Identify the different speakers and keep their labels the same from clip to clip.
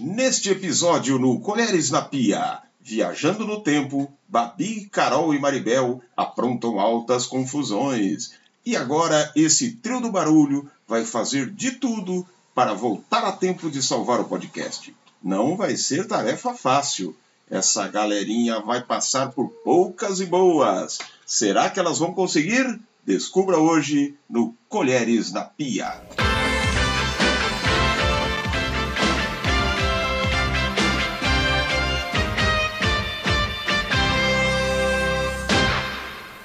Speaker 1: Neste episódio no Colheres na Pia, viajando no tempo, Babi, Carol e Maribel aprontam altas confusões. E agora esse trio do barulho vai fazer de tudo para voltar a tempo de salvar o podcast. Não vai ser tarefa fácil. Essa galerinha vai passar por poucas e boas. Será que elas vão conseguir? Descubra hoje no Colheres na Pia.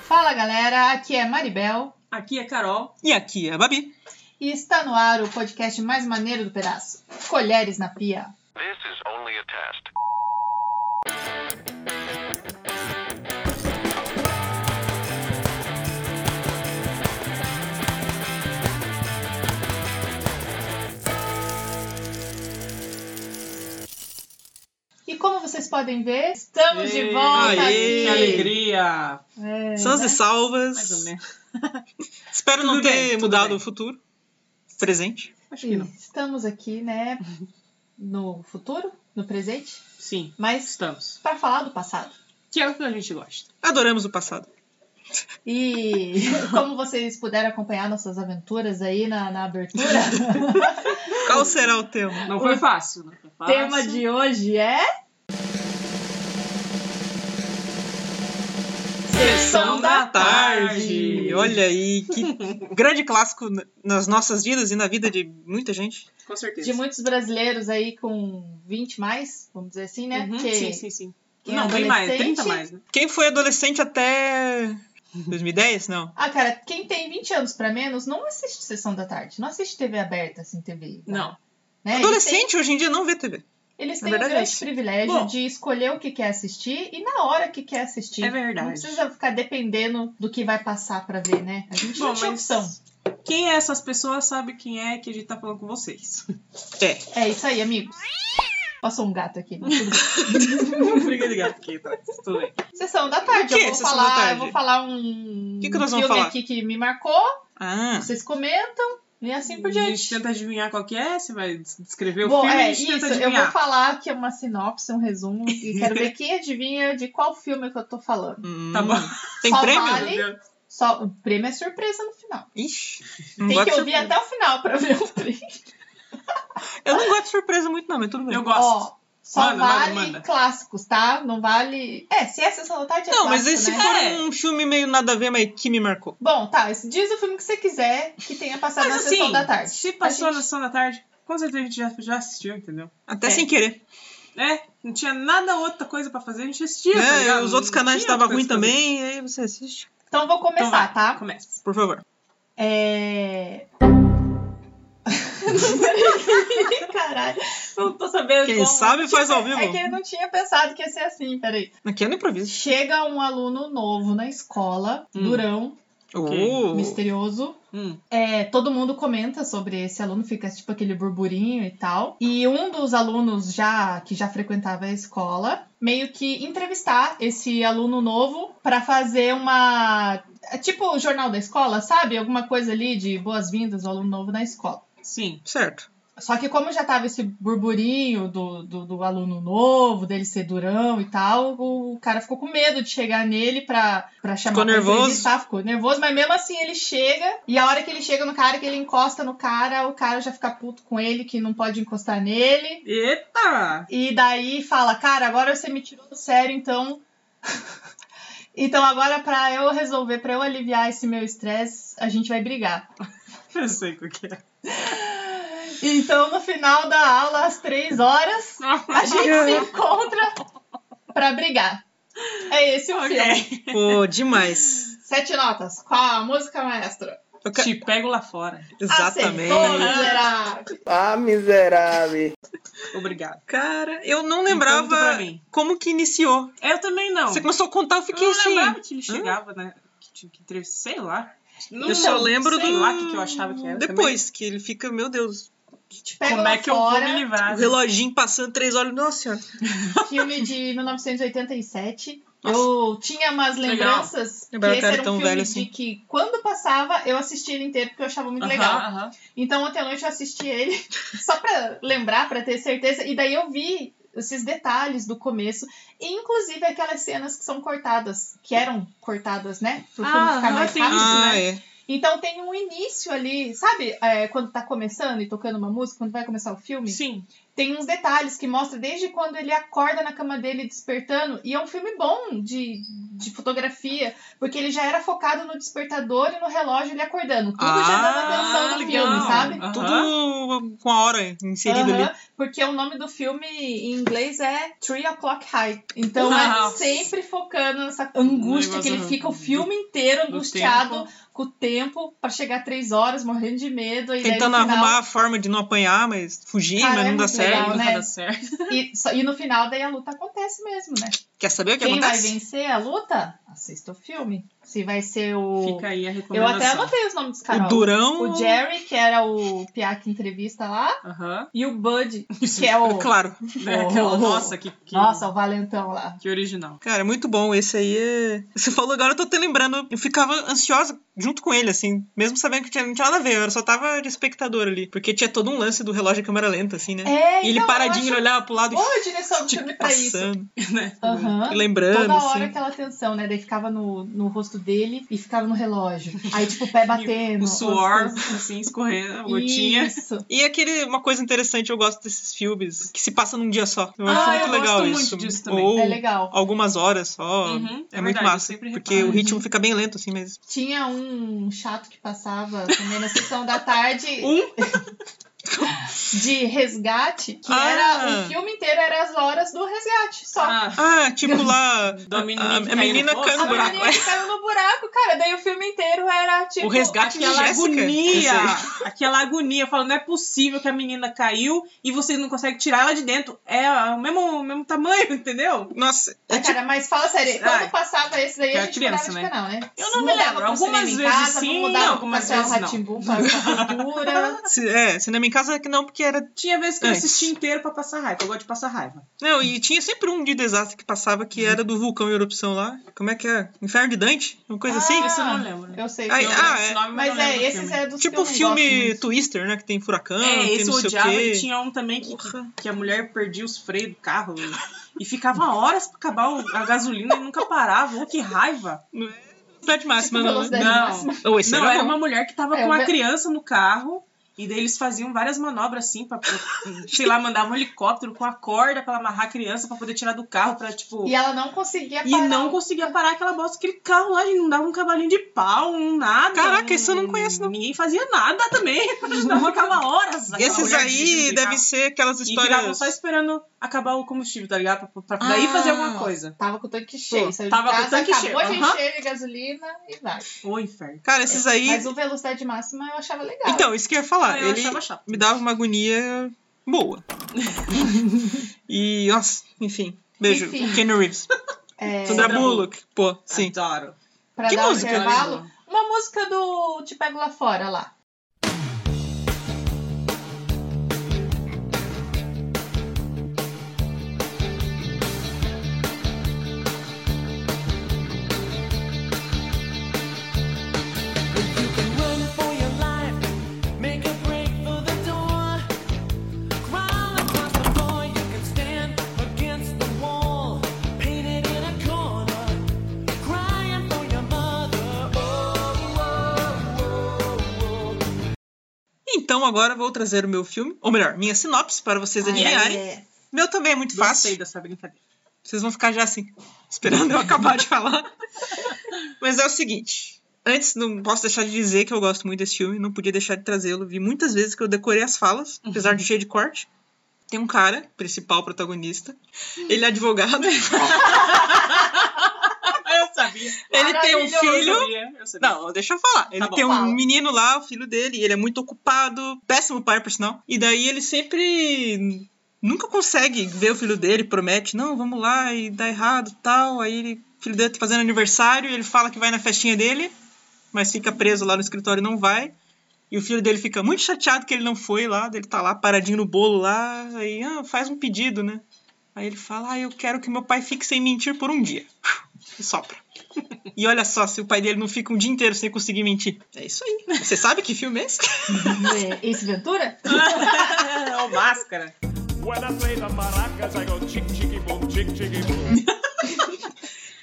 Speaker 2: Fala galera, aqui é Maribel
Speaker 3: Aqui é Carol e aqui é a Babi.
Speaker 2: e está no ar o podcast mais maneiro do pedaço, Colheres na Pia.
Speaker 4: This is only a test.
Speaker 2: E como vocês podem ver, estamos de
Speaker 3: Ei,
Speaker 2: volta
Speaker 3: aê,
Speaker 2: aqui.
Speaker 3: que
Speaker 5: alegria!
Speaker 2: É,
Speaker 3: Sãs
Speaker 2: né?
Speaker 3: e salvas.
Speaker 5: Mais ou menos.
Speaker 3: Espero não
Speaker 5: Tudo
Speaker 3: ter
Speaker 5: bem, tudo
Speaker 3: mudado
Speaker 5: bem.
Speaker 3: o futuro. Presente.
Speaker 5: Acho que não.
Speaker 2: Estamos aqui, né, no futuro, no presente,
Speaker 5: Sim,
Speaker 2: mas
Speaker 5: estamos.
Speaker 2: para falar do passado.
Speaker 5: Que é o que a gente gosta.
Speaker 3: Adoramos o passado.
Speaker 2: E como vocês puderam acompanhar nossas aventuras aí na, na abertura,
Speaker 3: Qual será o tema?
Speaker 5: Não foi fácil. Não foi
Speaker 2: o
Speaker 5: fácil.
Speaker 2: tema de hoje é
Speaker 5: Sessão da
Speaker 3: E
Speaker 5: tarde.
Speaker 3: olha aí, que grande clássico n- nas nossas vidas e na vida de muita gente.
Speaker 5: Com certeza.
Speaker 2: de muitos brasileiros aí com 20 mais, vamos dizer assim, né?
Speaker 5: Uhum,
Speaker 2: Porque
Speaker 5: Sim, sim, sim.
Speaker 2: quem é
Speaker 5: não, bem mais.
Speaker 2: adolescente-
Speaker 5: 30 mais, né?
Speaker 3: Quem foi adolescente até 2010? Não.
Speaker 2: Ah, cara, quem tem 20 anos pra menos não assiste Sessão da Tarde, não assiste TV aberta, assim, TV.
Speaker 5: Não. É,
Speaker 2: Né?
Speaker 3: Adolescente hoje em dia não vê TV.
Speaker 2: Eles
Speaker 3: Na
Speaker 2: têm, eles têm o
Speaker 3: verdade é
Speaker 2: grande
Speaker 3: isso.
Speaker 2: privilégio
Speaker 3: Bom.
Speaker 2: de escolher o que quer assistir e na hora que quer assistir.
Speaker 5: É
Speaker 2: Não
Speaker 5: verdade.
Speaker 2: precisa ficar dependendo do que vai passar pra ver, né? A gente não
Speaker 5: Bom,
Speaker 2: tinha
Speaker 5: mas
Speaker 2: opção.
Speaker 5: Quem é essas pessoas sabe quem é que a gente tá falando com vocês.
Speaker 3: É.
Speaker 2: É isso aí, amigos. Passou um gato aqui. mas tudo bem.
Speaker 5: Briga de gato aqui, tá? Tudo bem.
Speaker 2: Sessão da tarde,
Speaker 3: O quê?
Speaker 2: eu vou
Speaker 3: Sessão
Speaker 2: falar,
Speaker 3: da tarde?
Speaker 2: eu vou falar um
Speaker 3: Que que nós
Speaker 2: filme
Speaker 3: vamos falar?
Speaker 2: aqui que me marcou,
Speaker 3: Ah,
Speaker 2: vocês comentam e assim por
Speaker 5: A gente
Speaker 2: diante.
Speaker 5: tenta adivinhar qual que é, você vai des- descrever o
Speaker 2: Bom,
Speaker 5: filme e
Speaker 2: é
Speaker 5: a gente
Speaker 2: isso.
Speaker 5: tenta
Speaker 2: Eu vou
Speaker 5: adivinhar.
Speaker 2: falar que é uma sinopse, um resumo, e quero ver quem adivinha de qual filme que eu tô falando.
Speaker 3: hum.
Speaker 5: Tá bom.
Speaker 3: Tem
Speaker 2: Só
Speaker 3: prêmio?
Speaker 2: vale- Só o prêmio é surpresa no final.
Speaker 3: Ixi. não
Speaker 2: Tem
Speaker 3: gosto
Speaker 2: que
Speaker 3: de
Speaker 2: ouvir
Speaker 3: surpresa.
Speaker 2: até o final pra ver o prêmio.
Speaker 3: Eu não gosto de surpresa muito, não, mas tudo bem.
Speaker 5: Eu gosto.
Speaker 2: Ó, só
Speaker 5: Manda, manda,
Speaker 2: vale tá?
Speaker 5: manda.
Speaker 2: é,
Speaker 5: né?
Speaker 2: né?
Speaker 3: é
Speaker 5: É.
Speaker 3: um
Speaker 2: tá,
Speaker 5: assim, É. tá É,
Speaker 3: Né,
Speaker 2: Então, tá?
Speaker 5: Ah,
Speaker 2: É... É assim,
Speaker 3: é
Speaker 2: um É, tipo, um é tipo tá? assim então." Então, É né? que te pega lá
Speaker 5: é. Então, né? Como é que eu vou
Speaker 3: assim, É,
Speaker 2: fora.
Speaker 5: me livrar?
Speaker 3: O reloginho passando três olhos, nossa senhora.
Speaker 2: Filme de 1987.
Speaker 3: Nossa.
Speaker 2: Eu tinha umas
Speaker 5: Legal.
Speaker 2: lembranças
Speaker 3: Lembrava
Speaker 2: que
Speaker 3: que
Speaker 2: esse era
Speaker 3: era
Speaker 2: um
Speaker 3: tão
Speaker 2: filme
Speaker 3: velho
Speaker 2: de
Speaker 3: assim.
Speaker 2: que quando passava eu assistia ele inteiro porque eu achava muito
Speaker 5: Aham,
Speaker 2: legal.
Speaker 5: aham.
Speaker 2: Então ontem à noite eu assisti ele só pra lembrar, pra ter certeza. E daí eu vi esses detalhes do começo, e inclusive aquelas cenas que são cortadas, que eram cortadas, né? Pro filme
Speaker 5: Ah,
Speaker 2: ficar
Speaker 5: aham,
Speaker 2: mais
Speaker 5: tem isso,
Speaker 2: rápido.
Speaker 3: ah,
Speaker 5: né?
Speaker 3: é.
Speaker 2: Então tem um início ali, sabe? é, quando tá começando e tocando uma música, quando vai começar o filme,
Speaker 5: Sim.
Speaker 2: tem uns detalhes que mostra desde quando ele acorda na cama dele despertando. E é um filme bom de, de fotografia, porque ele já era focado no despertador e no relógio ele acordando. Tudo já dando
Speaker 3: Ah,
Speaker 2: atenção no
Speaker 5: legal.
Speaker 2: filme, sabe?
Speaker 5: Aham.
Speaker 3: Tudo com a hora inserido
Speaker 2: Aham,
Speaker 3: ali.
Speaker 2: Porque o nome do filme em inglês é Three O'Clock High. Então é
Speaker 5: Nossa.
Speaker 2: sempre focando nessa angústia que ele
Speaker 5: Negócio
Speaker 2: fica o
Speaker 5: do-
Speaker 2: filme inteiro
Speaker 5: do
Speaker 2: angustiado com o tempo pra chegar a três horas, morrendo de medo. E daí no
Speaker 3: Tentando
Speaker 2: final-
Speaker 3: arrumar a forma de não apanhar, mas fugir,
Speaker 2: Cara,
Speaker 3: mas
Speaker 2: é
Speaker 3: não dá
Speaker 2: muito
Speaker 3: certo.
Speaker 2: legal,
Speaker 5: Nunca
Speaker 2: né?
Speaker 5: dá certo.
Speaker 2: E, só- e no final, daí a luta acontece mesmo, né?
Speaker 3: Quer saber o que
Speaker 2: Quem
Speaker 3: acontece?
Speaker 2: vai vencer a luta, assista o filme. Se vai ser o.
Speaker 5: Fica aí a
Speaker 2: Eu
Speaker 5: recomendação.
Speaker 2: até anotei os nomes dos
Speaker 3: o
Speaker 2: caras.
Speaker 3: Durão.
Speaker 2: O Jerry, que era o piá que entrevista lá,
Speaker 5: Aham.
Speaker 2: e o Bud, que é o.
Speaker 3: Claro.
Speaker 5: Né, aquela- nossa, que, que,
Speaker 2: Nossa, o Valentão lá.
Speaker 5: que original.
Speaker 3: Cara, é muito bom. Esse aí é. Você falou agora, eu tô até lembrando. Eu ficava ansiosa junto com ele, assim. Mesmo sabendo que tinha, não tinha nada a ver. Eu só tava de espectador ali. Porque tinha todo um lance do relógio a câmera lenta, assim, né?
Speaker 2: É,
Speaker 3: e ele
Speaker 2: então, eu
Speaker 3: paradinho, ele
Speaker 2: acho tá
Speaker 3: olhava pro lado e
Speaker 2: Boa a direção do
Speaker 3: tipo,
Speaker 2: filme pra isso.
Speaker 3: passando.
Speaker 5: Né?
Speaker 2: Aham.
Speaker 3: E lembrando,
Speaker 2: tá Toda hora
Speaker 3: assim.
Speaker 2: aquela tensão, né? Daí ficava no, no rosto dele e ficava no relógio. Aí, tipo, o pé batendo.
Speaker 5: O suor,
Speaker 2: as coisas.
Speaker 5: assim, escorrendo, a gotinha.
Speaker 2: Isso.
Speaker 3: E aquele, uma coisa interessante, eu gosto desses filmes que se passa num dia só. Eu acho
Speaker 5: Ah,
Speaker 3: muito
Speaker 5: eu
Speaker 3: legal
Speaker 5: gosto
Speaker 3: isso.
Speaker 5: muito disso também.
Speaker 3: Ou
Speaker 2: É legal.
Speaker 3: algumas horas só.
Speaker 5: Uhum,
Speaker 3: É,
Speaker 5: é
Speaker 3: muito
Speaker 5: verdade, eu
Speaker 3: massa.
Speaker 5: sempre
Speaker 3: Porque
Speaker 5: reparo.
Speaker 3: o ritmo fica bem lento, assim, mas.
Speaker 2: Tinha um chato que passava também na sessão da tarde
Speaker 3: Um?
Speaker 2: de resgate, que
Speaker 3: Ah.
Speaker 2: era o filme inteiro era as horas do resgate. Só.
Speaker 5: Ah,
Speaker 3: Ah, tipo lá.
Speaker 5: Da
Speaker 3: a-
Speaker 5: menininha
Speaker 3: a,
Speaker 5: que
Speaker 3: a
Speaker 5: caiu no
Speaker 3: menina
Speaker 5: poço,
Speaker 3: caiu no
Speaker 2: a
Speaker 5: né?
Speaker 3: buraco.
Speaker 2: menina que caiu no buraco, cara. Daí o filme inteiro era tipo.
Speaker 3: O
Speaker 5: é
Speaker 3: resgate de
Speaker 5: aquela
Speaker 3: Jéssica.
Speaker 5: agonia,
Speaker 3: Esse
Speaker 5: aquela agonia, falando não é possível que a menina caiu e vocês não conseguem tirar ela de dentro. É o mesmo, o mesmo tamanho, entendeu?
Speaker 3: Nossa,
Speaker 2: Ah, cara, mas fala sério,
Speaker 5: Ah.
Speaker 2: quando passava esse daí, a
Speaker 5: Era
Speaker 2: gente
Speaker 5: criança,
Speaker 2: mudava
Speaker 5: né?
Speaker 2: de canal, né?
Speaker 5: Eu não me
Speaker 2: mudava
Speaker 5: lembro,
Speaker 2: pro
Speaker 5: algumas
Speaker 2: cinema em
Speaker 5: vezes
Speaker 2: casa,
Speaker 5: sim,
Speaker 2: mudava
Speaker 5: não,
Speaker 2: pro
Speaker 5: algumas
Speaker 2: Castelo
Speaker 5: vezes não.
Speaker 2: Rá-Tim-Bum, pra Casa Cultura.
Speaker 3: ci- é, cinema em casa que não, porque era.
Speaker 5: Tinha vezes que eu
Speaker 3: Antes.
Speaker 5: assisti inteiro pra passar raiva. Eu gosto de passar raiva.
Speaker 3: Não, e tinha sempre um de desastre que passava que era do vulcão em erupção lá. Como é que é? Inferno de Dante? Uma coisa
Speaker 2: Ah,
Speaker 3: assim?
Speaker 5: Esse eu não lembro.
Speaker 2: Eu sei.
Speaker 3: Ai,
Speaker 2: que eu-
Speaker 3: ah, é.
Speaker 5: nome,
Speaker 2: mas
Speaker 5: não
Speaker 2: é,
Speaker 5: lembro o
Speaker 2: esses é dos que
Speaker 3: Tipo
Speaker 2: eu
Speaker 3: o
Speaker 2: não
Speaker 3: filme
Speaker 2: gosto muito.
Speaker 3: Twister, né? Que tem furacão,
Speaker 5: É,
Speaker 3: tem
Speaker 5: esse eu
Speaker 3: não sei
Speaker 5: odiava
Speaker 3: o quê.
Speaker 5: e tinha um também que, que, que a mulher perdia os freios do carro e ficava horas pra acabar o- a gasolina e nunca parava. Oh, que raiva!
Speaker 3: Velocidade máxima,
Speaker 2: Tipo,
Speaker 3: não.
Speaker 2: velocidade
Speaker 3: né?
Speaker 5: não.
Speaker 2: máxima.
Speaker 3: Ou esse
Speaker 5: não,
Speaker 3: era
Speaker 5: era um
Speaker 3: bom.
Speaker 5: uma mulher que tava
Speaker 2: É,
Speaker 5: com
Speaker 2: o
Speaker 5: uma
Speaker 2: ve-
Speaker 5: criança no carro e daí eles faziam várias manobras assim pra, pra sei lá, mandavam um helicóptero com a corda pra amarrar a criança pra poder tirar do carro pra, tipo,
Speaker 2: E ela não conseguia
Speaker 5: e
Speaker 2: parar.
Speaker 5: não conseguia parar aquela bosta, aquele carro lá, gente, não dava um cavalinho de pau, um nada.
Speaker 3: Caraca, isso eu não
Speaker 5: um-
Speaker 3: conheço, não.
Speaker 5: Ninguém fazia nada também. Não ficava horas. aquela
Speaker 3: Esses
Speaker 5: mulher dirigindo
Speaker 3: aí
Speaker 5: aquele
Speaker 3: devem
Speaker 5: carro.
Speaker 3: ser aquelas
Speaker 5: E ficavam
Speaker 3: histórias.
Speaker 5: só esperando acabar o combustível, tá ligado? Pra, pra daí
Speaker 3: Ah.
Speaker 5: fazer alguma coisa.
Speaker 2: Tava com o tanque cheio. saiu de
Speaker 5: tava com o
Speaker 2: casa,
Speaker 5: tanque
Speaker 2: acabou
Speaker 5: cheio,
Speaker 2: de
Speaker 5: aham.
Speaker 2: encher de gasolina e vai.
Speaker 5: Ô, inferno.
Speaker 3: Cara, esses aí.
Speaker 2: Mas o velocidade máxima eu achava legal.
Speaker 3: Então, isso que um eu ia falar.
Speaker 5: Ah, eu
Speaker 3: ele
Speaker 5: achava chato.
Speaker 3: me dava uma agonia boa. e, nossa, enfim. Beijo.
Speaker 2: Enfim.
Speaker 3: Kenny Reeves.
Speaker 2: É,
Speaker 3: Sandra
Speaker 5: Sandra
Speaker 3: Bullock. Pô, sim.
Speaker 5: Adoro.
Speaker 2: pra
Speaker 3: que
Speaker 2: dar um
Speaker 3: música
Speaker 2: intervalo, uma música do Te Pego Lá Fora lá.
Speaker 3: Então, agora vou trazer o meu filme. Ou melhor, minha sinopse para vocês
Speaker 2: Ai,
Speaker 3: adivinharem.
Speaker 2: é.
Speaker 3: Meu também é muito fácil.
Speaker 5: Gostei dessa brincadeira.
Speaker 3: Vocês vão ficar já assim, esperando eu acabar de falar. Mas é o seguinte. Antes, não posso deixar de dizer que eu gosto muito desse filme, não podia deixar de trazê-lo. Vi muitas vezes que eu decorei as falas,
Speaker 2: Uhum.
Speaker 3: apesar de cheio de corte. Tem um cara, principal protagonista, ele é advogado,
Speaker 5: Ah, Eu sabia.
Speaker 3: ele tem um
Speaker 2: Maravilhoso.
Speaker 3: filho.
Speaker 5: Eu sabia. Eu sabia.
Speaker 3: Não, deixa eu falar. Ele
Speaker 5: bom,
Speaker 3: tem um
Speaker 2: fala.
Speaker 3: menino lá, o filho dele, ele é muito ocupado, péssimo pai, por sinal. E daí ele sempre nunca consegue ver o filho dele, promete, não, vamos lá, e dá errado tal. Aí ele, o filho dele tá fazendo aniversário, ele fala que vai na festinha dele, mas fica preso lá no escritório e não vai. E o filho dele fica muito chateado que ele não foi lá, ele tá lá paradinho no bolo lá, aí ah, faz um pedido, né? Aí ele fala, ah, eu quero que meu pai fique sem mentir por um dia. E sopra. E olha só, se o pai dele não fica um dia inteiro sem conseguir mentir. É isso aí. Você sabe que filme é esse?
Speaker 2: É, Ace Ventura?
Speaker 5: Ou máscara.
Speaker 6: When I play the maracas, I go chick chicky boom, chick chicky boom.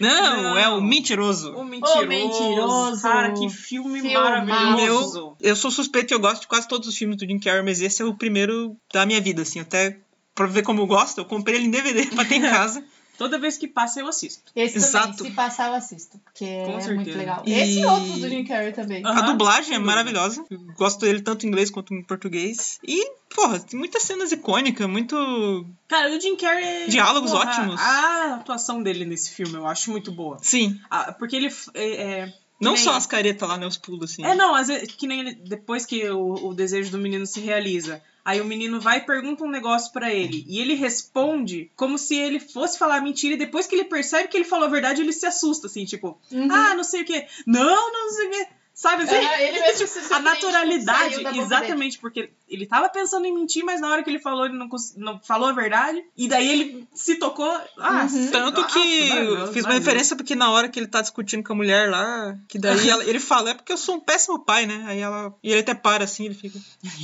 Speaker 3: Não,
Speaker 5: Não.
Speaker 3: é o mentiroso.
Speaker 5: O mentiroso.
Speaker 2: Mentiroso.
Speaker 5: Cara, que filme
Speaker 2: Filmaço.
Speaker 5: maravilhoso.
Speaker 3: Eu sou suspeito, eu gosto de quase todos os filmes do Jim Carrey, mas esse é o primeiro da minha vida, assim, até pra ver como eu gosto, eu comprei ele em DVD pra ter em casa.
Speaker 5: Toda vez que passa, eu assisto.
Speaker 2: Esse
Speaker 3: Exato.
Speaker 2: também, se passar eu assisto, porque é
Speaker 5: Com
Speaker 2: muito
Speaker 5: certeza.
Speaker 2: legal.
Speaker 3: E-
Speaker 2: Esse e outros do Jim Carrey também.
Speaker 5: Ah.
Speaker 3: A
Speaker 5: Aham,
Speaker 3: dublagem é
Speaker 5: sem dúvida.
Speaker 3: maravilhosa, eu gosto dele tanto em inglês quanto em português. E, porra, tem muitas cenas icônicas, muito.
Speaker 5: Cara, o Jim Carrey... é
Speaker 3: Diálogos
Speaker 5: porra,
Speaker 3: ótimos.
Speaker 5: A atuação dele nesse filme eu acho muito boa.
Speaker 3: Sim,
Speaker 5: Ah, porque ele... f- É, é-
Speaker 3: não
Speaker 5: nem-
Speaker 3: só as caretas lá, né? Os pulos, assim.
Speaker 5: é, não, às vezes, que nem ele, depois que o, o desejo do menino se realiza. Aí o menino vai e pergunta um negócio pra ele. E ele responde como se ele fosse falar mentira. E depois que ele percebe que ele falou a verdade, ele se assusta, assim, tipo...
Speaker 2: Uhum.
Speaker 5: Ah, não sei o quê. Não, não sei o quê. Sabe assim?
Speaker 2: Ah, ele mesmo se
Speaker 5: a
Speaker 2: surpreende
Speaker 5: naturalidade,
Speaker 2: saiu da boca
Speaker 5: exatamente, porque ele tava pensando em mentir, mas na hora que ele falou, ele não, cons- não falou a verdade, e daí ele se tocou. Ah,
Speaker 2: Uhum.
Speaker 5: se-
Speaker 3: Tanto
Speaker 5: nossa,
Speaker 3: que eu
Speaker 5: maravilhoso,
Speaker 3: fiz uma
Speaker 5: maravilhoso.
Speaker 3: referência porque na hora que ele tá discutindo com a mulher lá, que daí ela- ele fala, é porque eu sou um péssimo pai, né? Aí ela. E ele até para assim, ele fica,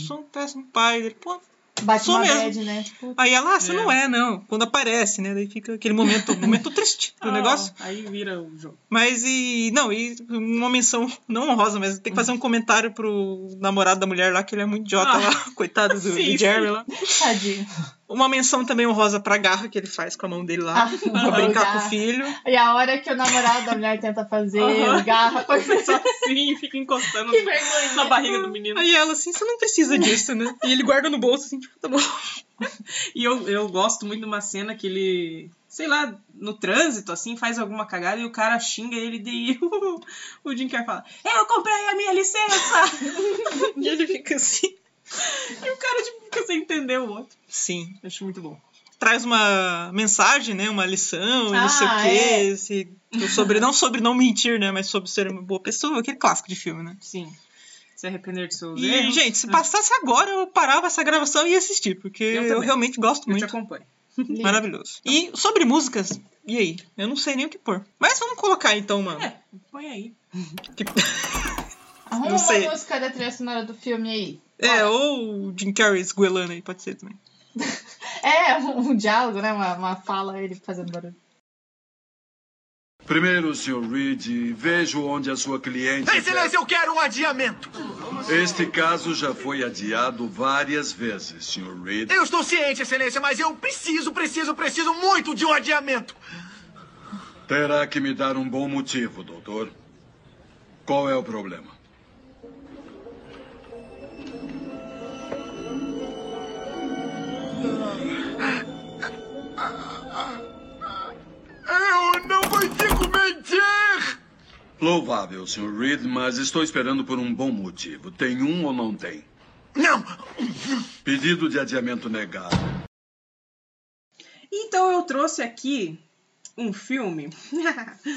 Speaker 3: sou um péssimo pai. Ele, pô,
Speaker 2: dele. Bate
Speaker 3: Sou
Speaker 2: uma
Speaker 3: mesmo.
Speaker 2: bad, né? Tipo,
Speaker 3: Aí ela, ah, você
Speaker 5: É.
Speaker 3: não é, não. Quando aparece, né? Daí fica aquele momento, momento triste do
Speaker 5: Ah,
Speaker 3: negócio.
Speaker 5: Aí vira o jogo.
Speaker 3: Mas e. Não, e uma menção não honrosa, mas tem que fazer um comentário pro namorado da mulher lá, que ele é muito idiota
Speaker 5: Ah.
Speaker 3: lá, coitado do, do
Speaker 5: Sim,
Speaker 3: Jerry
Speaker 5: sim.
Speaker 3: lá.
Speaker 2: tadinho.
Speaker 3: Uma menção também honrosa pra garra que ele faz com a mão dele lá.
Speaker 2: Ah,
Speaker 3: pra brincar
Speaker 2: garra.
Speaker 3: com o filho.
Speaker 2: E a hora que o namorado da mulher tenta fazer
Speaker 5: Aham.
Speaker 2: o garra, foi
Speaker 5: Só assim, fica encostando
Speaker 2: que vergonha.
Speaker 5: na barriga do menino.
Speaker 3: Aí ela assim, você não precisa disso, né? E ele guarda no bolso, assim, tipo, tá bom.
Speaker 5: E eu, eu gosto muito de uma cena que ele, sei lá, no trânsito, assim, faz alguma cagada e o cara xinga ele e o Jim Carrey fala: Eu comprei a minha licença!
Speaker 3: E ele fica assim.
Speaker 5: e o cara tipo, fica sem entender o outro.
Speaker 3: Sim.
Speaker 5: Acho muito bom.
Speaker 3: traz uma mensagem, né? Uma lição, e
Speaker 2: Ah,
Speaker 3: não sei o quê.
Speaker 2: é.
Speaker 3: esse- sobre, não sobre não mentir, né? Mas sobre ser uma boa pessoa, aquele clássico de filme, né?
Speaker 5: Sim. Se arrepender de seus
Speaker 3: E,
Speaker 5: erros.
Speaker 3: gente, se passasse agora, eu parava essa gravação e ia assistir, porque
Speaker 5: Eu
Speaker 3: eu,
Speaker 5: também.
Speaker 3: realmente gosto
Speaker 5: eu te
Speaker 3: muito.
Speaker 5: acompanho.
Speaker 2: Lindo.
Speaker 3: Maravilhoso. E sobre músicas, e aí? Eu não sei nem o que pôr. Mas vamos colocar então, mano.
Speaker 5: É. Põe aí.
Speaker 2: Arruma
Speaker 3: Não sei.
Speaker 2: uma música da trilha sonora do filme aí.
Speaker 3: É, ou o Jim Carrey esguelando aí, pode ser também.
Speaker 2: É, um, um diálogo, né? Uma, uma fala, ele fazendo barulho.
Speaker 7: Primeiro, Sr. Reed, vejo onde a sua cliente.
Speaker 6: Excelência, eu quero um adiamento.
Speaker 7: Este caso já foi adiado várias vezes, Sr. Reed.
Speaker 6: Eu estou ciente, Excelência, mas eu preciso, preciso, preciso muito de um adiamento.
Speaker 7: Terá que me dar um bom motivo, doutor. Qual é o problema?
Speaker 6: Eu não consigo mentir!
Speaker 7: Louvável, Sr. Reed, mas estou esperando por um bom motivo. Tem um ou não tem?
Speaker 6: Não!
Speaker 7: Pedido de adiamento negado.
Speaker 5: Então eu trouxe aqui um filme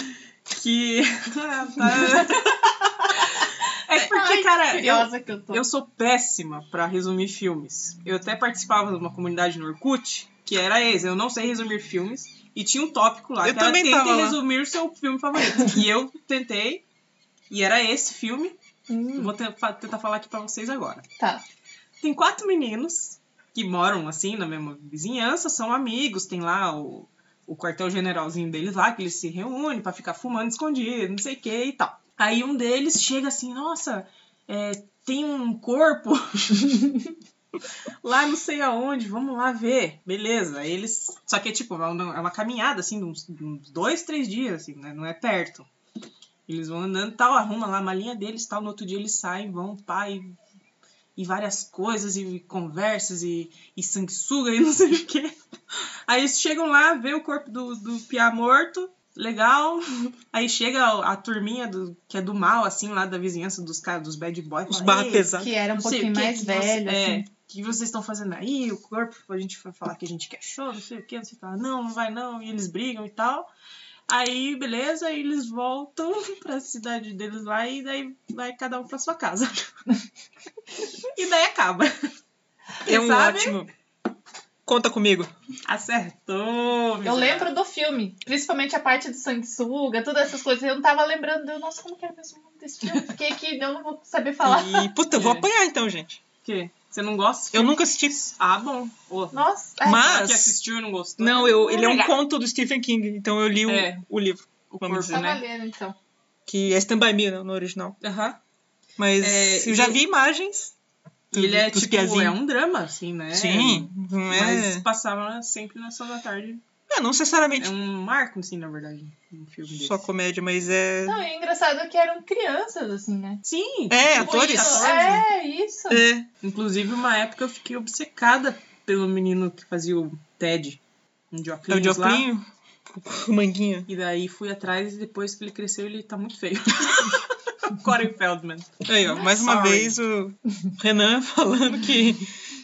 Speaker 5: que. é que porque,
Speaker 2: Ai,
Speaker 5: cara, eu,
Speaker 2: curiosa que eu tô.
Speaker 5: eu sou péssima pra resumir filmes. Eu até participava de uma comunidade no Orkut, que era esse, eu não sei resumir filmes, e tinha um tópico lá
Speaker 3: Eu
Speaker 5: que era
Speaker 3: também
Speaker 5: tente
Speaker 3: tava lá.
Speaker 5: resumir seu filme favorito. e eu tentei, e era esse filme. Eu
Speaker 2: Hum,
Speaker 5: Vou te- fa- tentar falar aqui pra vocês agora.
Speaker 2: tá.
Speaker 5: Tem quatro meninos que moram assim na mesma vizinhança, são amigos, tem lá o, o quartel generalzinho deles lá, que eles se reúnem pra ficar fumando escondido, não sei o que e tal. Aí um deles chega assim, nossa, é, tem um corpo lá não sei aonde, vamos lá ver. Beleza, aí eles. Só que é tipo, é uma é uma caminhada assim, de uns, de uns dois, três dias, assim, né? Não é perto. Eles vão andando tal, arruma lá a malinha deles tal, no outro dia eles saem, vão, pá, e e várias coisas, e conversas, e, e sanguessuga, e não sei o quê. Aí eles chegam lá, vê o corpo do, do Piá morto, legal. Aí chega a, a turminha do, que é do mal, assim, lá da vizinhança dos caras, dos bad boys.
Speaker 3: Os
Speaker 5: fala,
Speaker 3: barra
Speaker 5: "Ei,
Speaker 3: pesada.
Speaker 2: Que era um
Speaker 5: não sei o
Speaker 2: pouquinho
Speaker 5: que
Speaker 2: mais
Speaker 5: que você-
Speaker 2: velho,
Speaker 5: é,
Speaker 2: assim.
Speaker 5: O que vocês estão fazendo aí? O corpo, a gente foi falar que a gente quer show, não sei o que, não sei o que. Não, não vai não, e eles brigam e tal. Aí, beleza, aí eles voltam pra cidade deles lá e daí vai cada um pra sua casa. e daí acaba.
Speaker 3: É um
Speaker 5: Sabe?
Speaker 3: ótimo. Conta comigo.
Speaker 5: Acertou!
Speaker 2: Eu
Speaker 5: miserável.
Speaker 2: lembro do filme, principalmente a parte do sanguessuga, todas essas coisas. Eu não tava lembrando, eu, nossa, como que era mesmo o nome desse filme? Fiquei que eu não vou saber falar.
Speaker 3: E, puta, eu vou
Speaker 5: É.
Speaker 3: apanhar então, gente.
Speaker 5: O quê? Você não gosta?
Speaker 3: Eu nunca assisti.
Speaker 5: Ah, bom. Ô,
Speaker 2: Nossa, é,
Speaker 5: Que
Speaker 3: Mas.
Speaker 5: assistiu e não gostou.
Speaker 3: Não, eu, ele é um
Speaker 5: Obrigada.
Speaker 3: conto do Stephen King, então eu li o,
Speaker 5: É.
Speaker 3: o livro,
Speaker 5: O
Speaker 3: vamos
Speaker 5: corpo,
Speaker 3: dizer,
Speaker 2: tá
Speaker 3: né?
Speaker 2: valendo então.
Speaker 3: Que é Stand By Me no no original.
Speaker 5: Aham.
Speaker 3: Mas
Speaker 5: É,
Speaker 3: eu já
Speaker 5: e-
Speaker 3: vi imagens.
Speaker 5: E Ele é
Speaker 3: dos
Speaker 5: tipo,
Speaker 3: piazinhos.
Speaker 5: é um drama, assim, né?
Speaker 3: Sim, não é.
Speaker 5: Mas passava sempre na sessão da tarde.
Speaker 3: é, não necessariamente
Speaker 5: É um marco, assim, na verdade, um filme desse.
Speaker 3: só comédia, mas é.
Speaker 2: Não, e engraçado que eram crianças, assim, né?
Speaker 5: Sim!
Speaker 3: É,
Speaker 5: tipo
Speaker 3: atores.
Speaker 5: isso, é.
Speaker 2: É, isso.
Speaker 3: É.
Speaker 5: Inclusive, uma época eu fiquei obcecada pelo menino que fazia o Ted. Um
Speaker 3: É o
Speaker 5: Dioplinhos lá.
Speaker 3: Dioplinho. O Manguinho.
Speaker 5: E daí fui atrás e depois que ele cresceu, ele tá muito feio. Corey Feldman.
Speaker 3: Aí, ó, mais uma
Speaker 5: Sorry.
Speaker 3: vez o Renan falando que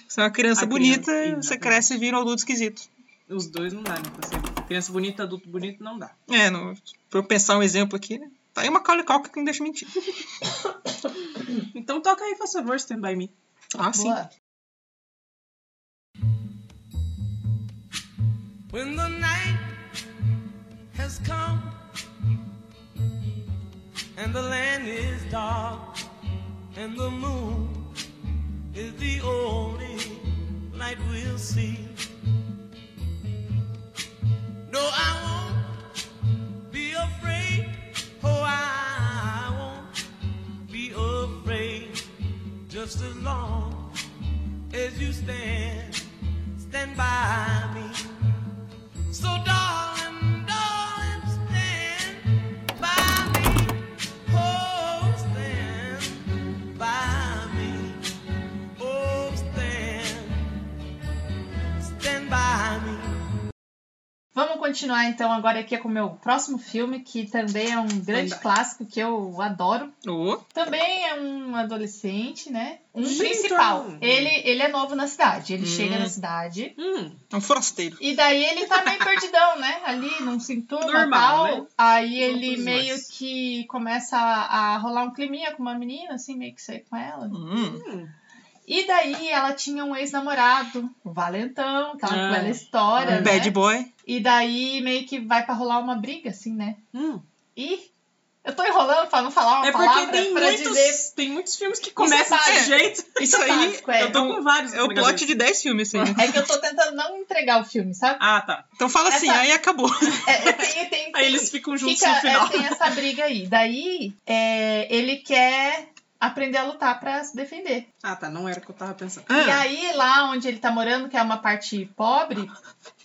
Speaker 3: você é uma criança
Speaker 5: A criança,
Speaker 3: bonita, você
Speaker 5: exatamente.
Speaker 3: cresce e vira um adulto esquisito.
Speaker 5: Os dois não dá, né? pra ser Criança bonita, adulto bonito, não dá.
Speaker 3: É, não, pra eu pensar um exemplo aqui, né? Tá aí uma Macaulay Culkin que não deixa mentir.
Speaker 5: Então toca aí, faz favor, Stand By Me.
Speaker 3: Ah, sim.
Speaker 2: Boa.
Speaker 8: When the night has come and the land is dark and the moon is the only light we'll see. No, I won't be afraid. Oh, I won't be afraid just as long as you stand, stand by me. So darling, darling, stand by me. Oh, stand by me. Oh, stand, stand by me.
Speaker 2: Vamos continuar então agora aqui com o meu próximo filme, que também é um grande
Speaker 5: Vai.
Speaker 2: clássico que eu adoro.
Speaker 3: Ô,
Speaker 2: Também é um adolescente, né? Um
Speaker 5: Gente, então.
Speaker 2: principal.
Speaker 5: olha.
Speaker 2: Ele, ele é novo na cidade. Ele
Speaker 3: Hum.
Speaker 2: chega na cidade.
Speaker 5: Hum,
Speaker 3: é um forasteiro.
Speaker 2: E daí ele tá meio perdidão, né? Ali, não se entuma
Speaker 5: Normal,
Speaker 2: tal.
Speaker 5: né?
Speaker 2: Aí ele
Speaker 5: todos
Speaker 2: meio
Speaker 5: nós.
Speaker 2: que começa a, a rolar um climinha com uma menina, assim, meio que sair com ela.
Speaker 3: Hum.
Speaker 2: E daí ela tinha um ex-namorado, o Valentão, aquela
Speaker 5: Ah.
Speaker 2: velha história,
Speaker 5: Um
Speaker 2: né?
Speaker 3: Um bad boy.
Speaker 2: E daí meio que vai pra rolar uma briga, assim, né?
Speaker 5: hum.
Speaker 2: E eu tô enrolando pra não falar uma
Speaker 5: É
Speaker 2: palavra
Speaker 5: porque tem
Speaker 2: pra
Speaker 5: muitos,
Speaker 2: dizer...
Speaker 5: tem muitos filmes que
Speaker 2: Isso
Speaker 5: começam
Speaker 2: é
Speaker 5: desse
Speaker 2: básico.
Speaker 5: jeito.
Speaker 3: Isso aí
Speaker 2: básico, é.
Speaker 5: Eu tô
Speaker 3: um-
Speaker 5: com vários.
Speaker 3: é o
Speaker 5: na
Speaker 3: plot
Speaker 5: cabeça.
Speaker 3: de 10 filmes, assim. né?
Speaker 2: É que eu tô tentando não entregar o filme, sabe?
Speaker 5: Ah, tá.
Speaker 3: Então fala assim,
Speaker 2: Essa-
Speaker 3: aí acabou.
Speaker 2: É, é, tem, tem,
Speaker 5: Aí eles ficam juntos
Speaker 2: Fica-
Speaker 5: no final.
Speaker 2: é, tem essa briga aí. Daí, é, ele quer aprender a lutar pra se defender.
Speaker 5: Ah, tá. Não era o que eu tava pensando.
Speaker 2: E aí, lá onde ele tá morando, que é uma parte pobre,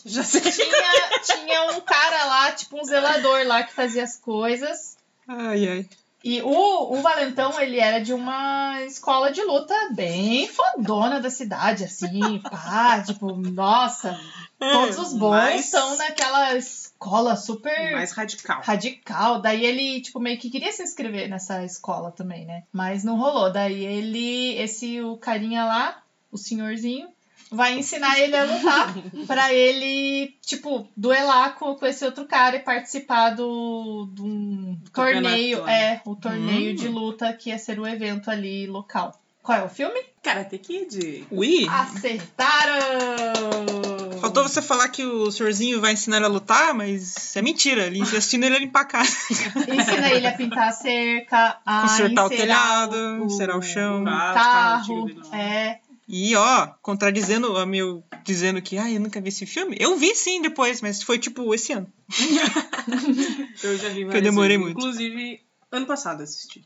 Speaker 5: Já sei.
Speaker 2: tinha, tinha um cara lá, tipo um zelador lá que fazia as coisas.
Speaker 3: Ai, ai.
Speaker 2: E o, o Valentão, ele era de uma escola de luta bem fodona da cidade, assim, pá, tipo, nossa, todos os bons
Speaker 5: mas-
Speaker 2: estão naquela escola super
Speaker 5: Mais radical.
Speaker 2: radical. Daí ele, tipo, meio que queria se inscrever nessa escola também, né? Mas não rolou. Daí ele, esse o carinha lá, o senhorzinho, vai ensinar ele a lutar pra ele, tipo, duelar com, com esse outro cara e participar do, de um torneio.
Speaker 5: campeonato,
Speaker 2: É, o torneio
Speaker 3: Hum.
Speaker 2: de luta que ia ser o evento ali local. Qual é o filme?
Speaker 5: Karate Kid.
Speaker 3: Ui.
Speaker 2: Acertaram!
Speaker 3: Faltou você falar que o senhorzinho vai ensinar ele a lutar, mas é mentira. Ele ensina ele a limpar a casa.
Speaker 2: Ensina ele a pintar a cerca, a
Speaker 3: Consertar o
Speaker 2: encerar
Speaker 3: telhado, encerar o chão.
Speaker 2: o
Speaker 5: Ah,
Speaker 2: carro,
Speaker 5: os carros antigos dele lá.
Speaker 2: Tá, é.
Speaker 3: E ó, contradizendo a meu dizendo que ah, eu nunca vi esse filme. Eu vi sim depois, mas foi tipo esse ano.
Speaker 5: Eu já vi várias
Speaker 3: eu demorei
Speaker 5: vezes.
Speaker 3: muito.
Speaker 5: Inclusive, ano passado eu assisti.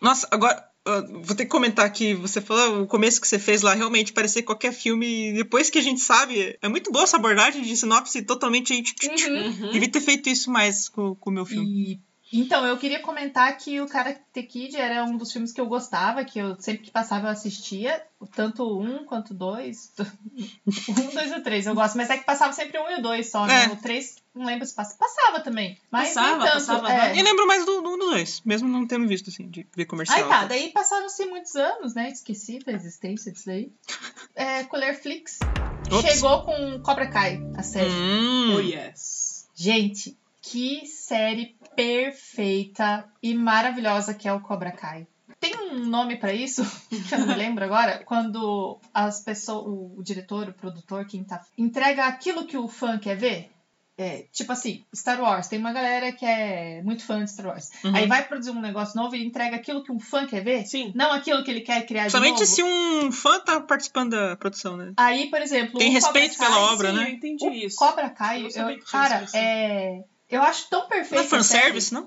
Speaker 3: Nossa, agora ah, vou ter que comentar que você falou o começo que você fez lá realmente parecia qualquer filme. e Depois que a gente sabe, é muito boa essa abordagem de sinopse totalmente. aí, tch,
Speaker 5: Uhum.
Speaker 3: tch, tch.
Speaker 2: Uhum. Hum?
Speaker 3: Devia ter feito isso mais com com o meu filme.
Speaker 2: E, então, eu queria comentar que o Karate Kid era um dos filmes que eu gostava, que eu sempre que passava eu assistia, tanto o um quanto o dois. um, dois e o três eu gosto, mas é que passava sempre um e o dois só, né?
Speaker 3: É.
Speaker 2: O três, não lembro se passava. Passava também, mas nem
Speaker 5: Passava,
Speaker 2: tanto.
Speaker 5: passava,
Speaker 2: é.
Speaker 5: dava-
Speaker 3: Eu né? lembro mais do, do, do dois, mesmo não tendo visto, assim, de ver comercial.
Speaker 2: Aí tá, daí passaram-se muitos anos, né? Esqueci da existência disso daí. É, Colherflix
Speaker 3: Ops.
Speaker 2: chegou com Cobra Kai, a série.
Speaker 3: Hum.
Speaker 5: Oh, yes.
Speaker 2: Gente, que série perfeita e maravilhosa que é o Cobra Kai. Tem um nome pra isso, que eu não me lembro agora, quando as pessoas, o, o diretor, o produtor, quem tá, entrega aquilo que o fã quer ver. É, tipo assim, Star Wars, tem uma galera que é muito fã de Star Wars.
Speaker 3: Uhum.
Speaker 2: Aí vai produzir um negócio novo e entrega aquilo que um fã quer ver,
Speaker 5: Sim.
Speaker 2: não aquilo que ele quer criar tá de
Speaker 3: Somente
Speaker 2: novo.
Speaker 3: se um fã tá participando da produção, né?
Speaker 2: Aí, por exemplo,
Speaker 3: Tem
Speaker 2: o Cobra
Speaker 3: respeito
Speaker 2: Kai,
Speaker 3: pela obra,
Speaker 5: Sim,
Speaker 3: né?
Speaker 5: eu entendi
Speaker 2: o
Speaker 5: isso.
Speaker 2: Cobra Kai,
Speaker 5: Eu não
Speaker 2: eu,
Speaker 5: sabia que tinha
Speaker 2: cara,
Speaker 5: isso.
Speaker 2: é. Eu acho tão
Speaker 3: Não
Speaker 2: perfeito.
Speaker 3: é fanservice, não?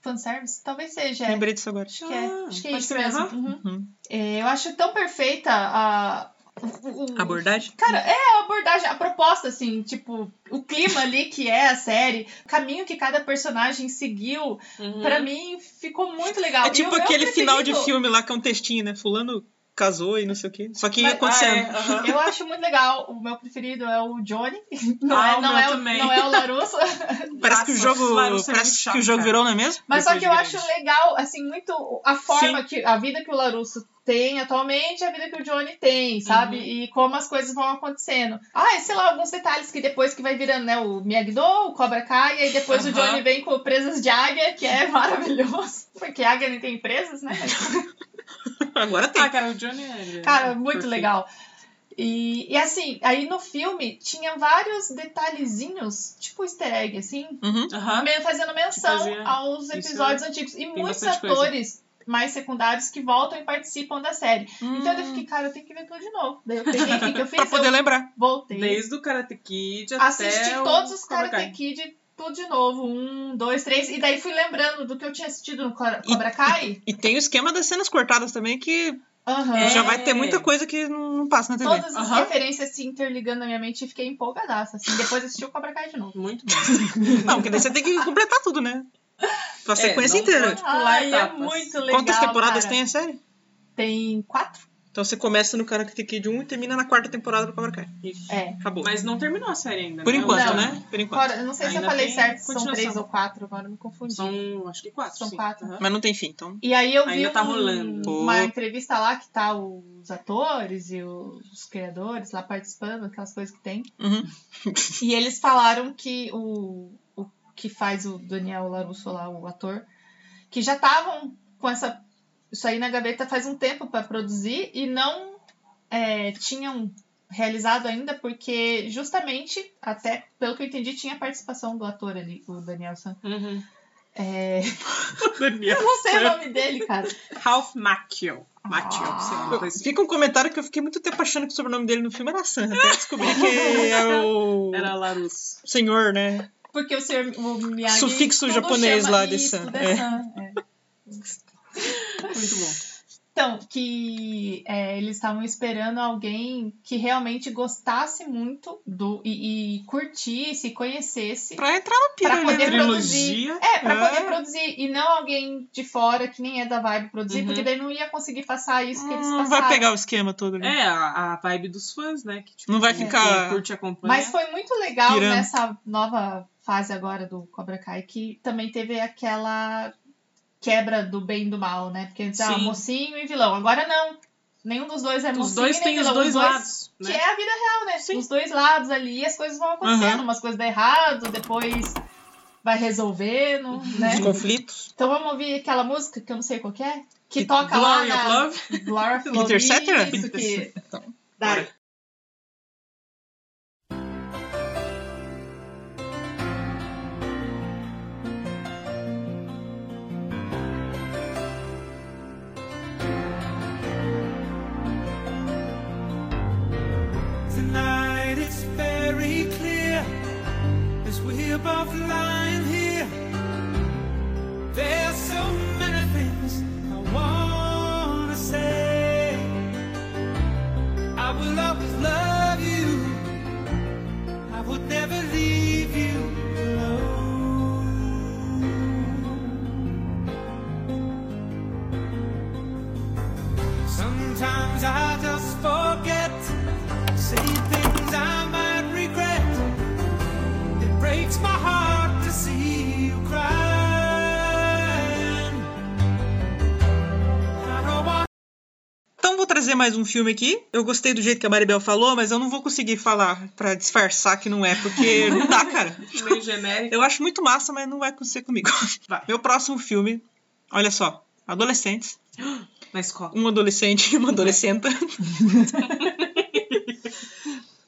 Speaker 2: Fanservice? Talvez seja. é.
Speaker 3: Lembrei disso agora.
Speaker 2: Acho que é,
Speaker 5: Ah,
Speaker 2: acho que é
Speaker 5: pode
Speaker 2: isso
Speaker 5: crer,
Speaker 2: mesmo.
Speaker 5: aham.
Speaker 2: Uhum.
Speaker 3: Uhum.
Speaker 2: É, eu acho tão perfeita a. o- o-
Speaker 3: Abordagem?
Speaker 2: Cara, é a abordagem, a proposta, assim, tipo, o clima ali que é a série, o caminho que cada personagem seguiu,
Speaker 5: Uhum.
Speaker 2: pra mim ficou muito legal.
Speaker 3: É
Speaker 2: E
Speaker 3: tipo
Speaker 2: o meu
Speaker 3: aquele final de
Speaker 2: preferido-
Speaker 3: filme lá que é um textinho, né? Fulano casou e não sei o quê. Só que ia
Speaker 5: Mas-
Speaker 3: acontecendo.
Speaker 5: Ah, é, aham.
Speaker 2: Eu acho muito legal. O meu preferido é o Johnny. Não,
Speaker 5: Ah,
Speaker 2: é,
Speaker 5: o
Speaker 2: não,
Speaker 5: meu
Speaker 2: é, o-
Speaker 5: também.
Speaker 2: não é o Larusso.
Speaker 3: Parece que o
Speaker 5: Nossa,
Speaker 3: jogo.
Speaker 5: claro, isso é
Speaker 3: parece
Speaker 5: muito chato,
Speaker 3: que o jogo
Speaker 5: cara.
Speaker 3: virou, não é mesmo?
Speaker 2: Mas só
Speaker 5: Depois
Speaker 2: que eu
Speaker 5: de
Speaker 2: acho
Speaker 5: grande.
Speaker 2: legal, assim, muito a forma que a vida que o Larusso tem atualmente, a vida que o Johnny tem, sabe?
Speaker 5: Uhum.
Speaker 2: E como as coisas vão acontecendo. Ah, e sei lá, alguns detalhes que depois que vai virando, né? O Miyagi-Do, o Cobra Kai, e aí depois o
Speaker 5: Aham.
Speaker 2: Johnny vem com presas de águia, que é maravilhoso. Porque águia nem tem presas, né?
Speaker 3: Agora tem.
Speaker 5: Ah, cara, o Johnny é...
Speaker 2: Cara, muito
Speaker 5: perfeito.
Speaker 2: legal. E, e assim, aí no filme tinha vários detalhezinhos, tipo easter egg, assim,
Speaker 3: Uhum.
Speaker 5: Aham.
Speaker 2: Men- fazendo menção
Speaker 5: fazia-
Speaker 2: aos
Speaker 5: isso é.
Speaker 2: episódios antigos. E muitos
Speaker 5: bastante coisa.
Speaker 2: atores mais secundários que voltam e participam da série. Então
Speaker 5: Hum.
Speaker 2: eu fiquei, cara, eu tenho que ver tudo de novo. Daí eu peguei o que, que eu
Speaker 3: pra
Speaker 2: fiz,
Speaker 3: poder
Speaker 2: eu
Speaker 3: lembrar.
Speaker 2: voltei.
Speaker 5: Desde o Karate Kid até
Speaker 2: Assisti
Speaker 5: o
Speaker 2: todos os
Speaker 5: Cobra
Speaker 2: Karate
Speaker 5: Kai.
Speaker 2: Kid, tudo de novo. Um, dois, três. E daí fui lembrando do que eu tinha assistido no Cobra Cobra Kai.
Speaker 3: E tem o esquema das cenas cortadas também, que
Speaker 2: Aham.
Speaker 5: É.
Speaker 3: já vai ter muita coisa que não não passa na TV.
Speaker 2: Todas as
Speaker 5: Aham.
Speaker 2: referências se interligando na minha mente e fiquei empolgadaça. Assim. Depois assisti o Cobra Kai de novo.
Speaker 5: Muito bom.
Speaker 3: Não, porque daí você tem que completar tudo, né? A sequência
Speaker 5: não
Speaker 3: inteira.
Speaker 5: pode pular
Speaker 2: Ai, é
Speaker 5: etapas.
Speaker 2: muito legal.
Speaker 3: Quantas temporadas
Speaker 2: cara.
Speaker 3: tem a série?
Speaker 2: Tem quatro?
Speaker 3: Então você começa no Karate Kid 1 e termina na quarta temporada do Cobra Kai.
Speaker 5: Ixi.
Speaker 2: É.
Speaker 3: Acabou.
Speaker 5: Mas não terminou a série ainda.
Speaker 3: Por
Speaker 5: né?
Speaker 3: enquanto,
Speaker 2: Não.
Speaker 3: né? Por enquanto.
Speaker 2: Agora, eu não sei se eu
Speaker 5: Ainda
Speaker 2: falei
Speaker 5: tem
Speaker 2: certo se são
Speaker 5: continuação.
Speaker 2: três ou quatro, agora eu me confundi.
Speaker 5: São, acho que quatro.
Speaker 2: São
Speaker 5: sim.
Speaker 2: quatro.
Speaker 5: Aham.
Speaker 3: Mas não tem fim, então.
Speaker 2: E aí eu
Speaker 5: Ainda
Speaker 2: vi
Speaker 5: tá
Speaker 2: um-
Speaker 5: rolando.
Speaker 2: uma
Speaker 3: Pô.
Speaker 2: entrevista lá que tá os atores e os criadores lá participando, aquelas coisas que tem.
Speaker 3: Uhum.
Speaker 2: E eles falaram que o, o que faz o Daniel Larusso lá, o ator, que já estavam com essa isso aí na gaveta faz um tempo pra produzir e não é, tinham realizado ainda porque justamente até pelo que eu entendi tinha a participação do ator ali, o Daniel San.
Speaker 5: Uhum.
Speaker 2: É,
Speaker 5: Daniel.
Speaker 2: eu não sei o nome dele, cara.
Speaker 5: Ralph Macchio. Macchio,
Speaker 2: Ah.
Speaker 5: sei lá, uma coisa assim.
Speaker 3: Fica um comentário que eu fiquei muito tempo achando que o sobrenome dele no filme era Sam, até descobri que é o
Speaker 5: Era Larus.
Speaker 3: senhor, né?
Speaker 2: Porque o senhor o Miyagi,
Speaker 3: Sufixo
Speaker 2: tudo
Speaker 3: japonês
Speaker 2: chama
Speaker 3: lá de
Speaker 2: isso,
Speaker 3: san,
Speaker 2: de
Speaker 3: é.
Speaker 2: san, é.
Speaker 5: Muito bom.
Speaker 2: Então, que é, eles estavam esperando alguém que realmente gostasse muito do e, e curtisse, conhecesse.
Speaker 3: Pra entrar na pira,
Speaker 2: Pra poder
Speaker 3: né?
Speaker 2: produzir.
Speaker 5: Trilogia.
Speaker 2: É, pra
Speaker 3: É.
Speaker 2: poder produzir. E não alguém de fora que nem é da vibe produzir,
Speaker 5: Uhum.
Speaker 2: porque daí não ia conseguir passar isso que eles
Speaker 3: Não
Speaker 2: passaram.
Speaker 3: vai pegar o esquema todo ali.
Speaker 5: É, a, a vibe dos fãs, né? Que, tipo,
Speaker 3: Não vai
Speaker 5: quem-
Speaker 3: ficar-
Speaker 5: quem
Speaker 2: É.
Speaker 5: curte e acompanha.
Speaker 2: Mas foi muito legal
Speaker 3: Pirando.
Speaker 2: nessa nova fase agora do Cobra Kai que também teve aquela quebra do bem e do mal, né? Porque antes era
Speaker 5: Sim.
Speaker 2: mocinho e vilão. Agora não. Nenhum dos dois é
Speaker 5: os
Speaker 2: mocinho
Speaker 5: dois
Speaker 2: nem
Speaker 5: têm os
Speaker 2: vilão.
Speaker 5: dois lados,
Speaker 2: Que
Speaker 5: né?
Speaker 2: é a vida real, né? Os dois lados ali, as coisas vão acontecendo.
Speaker 3: Aham.
Speaker 2: Umas coisas dão errado, depois vai resolvendo,
Speaker 5: Uhum.
Speaker 2: né?
Speaker 5: É.
Speaker 3: Os conflitos.
Speaker 2: Então vamos ouvir aquela música que eu não sei qual que é. Que
Speaker 3: Que-
Speaker 2: toca
Speaker 5: Glory
Speaker 2: lá
Speaker 5: of
Speaker 2: na...
Speaker 5: Love.
Speaker 2: Glory of Love.
Speaker 5: é
Speaker 3: Interceptor?
Speaker 2: Isso que...
Speaker 3: Então,
Speaker 2: Dá.
Speaker 8: Tonight it's very clear as we're both lying here. There's so many things I wanna say. I will up
Speaker 3: mais um filme aqui. Eu gostei do jeito que a Maribel falou, mas eu não vou conseguir falar pra disfarçar que não é, porque não dá, cara.
Speaker 5: é Meio genérico.
Speaker 3: Eu acho muito massa, mas não vai acontecer comigo.
Speaker 5: Vai.
Speaker 3: Meu próximo filme, olha só, adolescentes.
Speaker 5: Na escola.
Speaker 3: Um adolescente e uma adolescenta.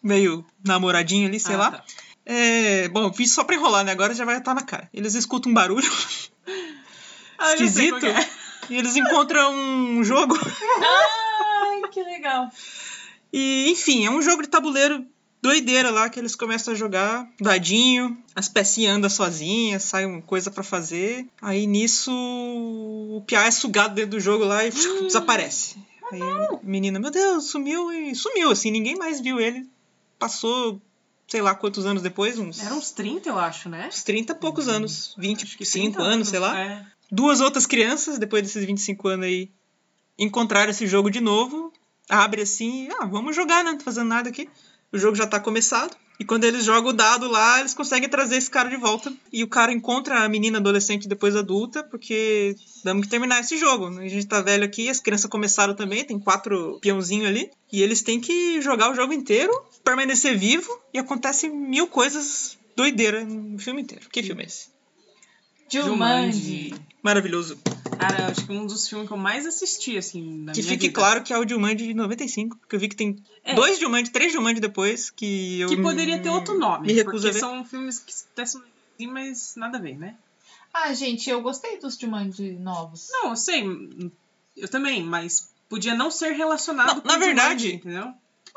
Speaker 3: Meio namoradinho ali, sei
Speaker 5: Ah,
Speaker 3: lá.
Speaker 5: tá.
Speaker 3: É, bom, eu fiz só pra enrolar, né? Agora já vai estar na cara. Eles escutam um barulho
Speaker 5: Ah, eu já sei
Speaker 3: esquisito
Speaker 5: qual que é.
Speaker 3: e eles encontram um jogo.
Speaker 2: Ai, que legal.
Speaker 3: E, enfim, é um jogo de tabuleiro doideira lá que eles começam a jogar dadinho, as pecinhas andam sozinhas, sai uma coisa pra fazer. Aí nisso o Piá é sugado dentro do jogo lá e desaparece. Aí a menina, meu Deus, sumiu e sumiu, assim, ninguém mais viu ele. Passou, sei lá quantos anos depois, uns,
Speaker 5: Era um uns 30, eu acho, né?
Speaker 3: uns 30 e poucos anos, 25
Speaker 5: 30
Speaker 3: anos, sei lá
Speaker 5: É.
Speaker 3: duas outras crianças, depois desses 25 anos aí, encontraram esse jogo de novo. Abre assim, ah, vamos jogar, né? Não tô fazendo nada aqui. O jogo já tá começado. E quando eles jogam o dado lá, eles conseguem trazer esse cara de volta. E o cara encontra a menina adolescente depois adulta, porque damos que terminar esse jogo. né? A gente tá velho aqui, as crianças começaram também, tem quatro peãozinhos ali. E eles têm que jogar o jogo inteiro, permanecer vivo, e acontecem mil coisas doideira no filme inteiro. Que filme é esse?
Speaker 2: Jumanji.
Speaker 3: Maravilhoso.
Speaker 5: Cara, eu acho que é um dos filmes que eu mais assisti, assim, na
Speaker 3: Que
Speaker 5: minha
Speaker 3: fique
Speaker 5: vida.
Speaker 3: claro que é o Dilmand de 95, porque eu vi que tem
Speaker 5: É.
Speaker 3: dois Dilmand, três Dilmand depois, que eu...
Speaker 5: Que poderia ter outro nome.
Speaker 3: me recuso
Speaker 5: porque
Speaker 3: a ver.
Speaker 5: são filmes que testam assim, mas nada a ver, né?
Speaker 2: Ah, gente, eu gostei dos Jumanji novos.
Speaker 5: Não, eu sei. Eu também, mas podia não ser relacionado
Speaker 3: Não,
Speaker 5: com
Speaker 3: na
Speaker 5: o Jumanji,
Speaker 3: verdade,
Speaker 5: entendeu?
Speaker 2: Ah,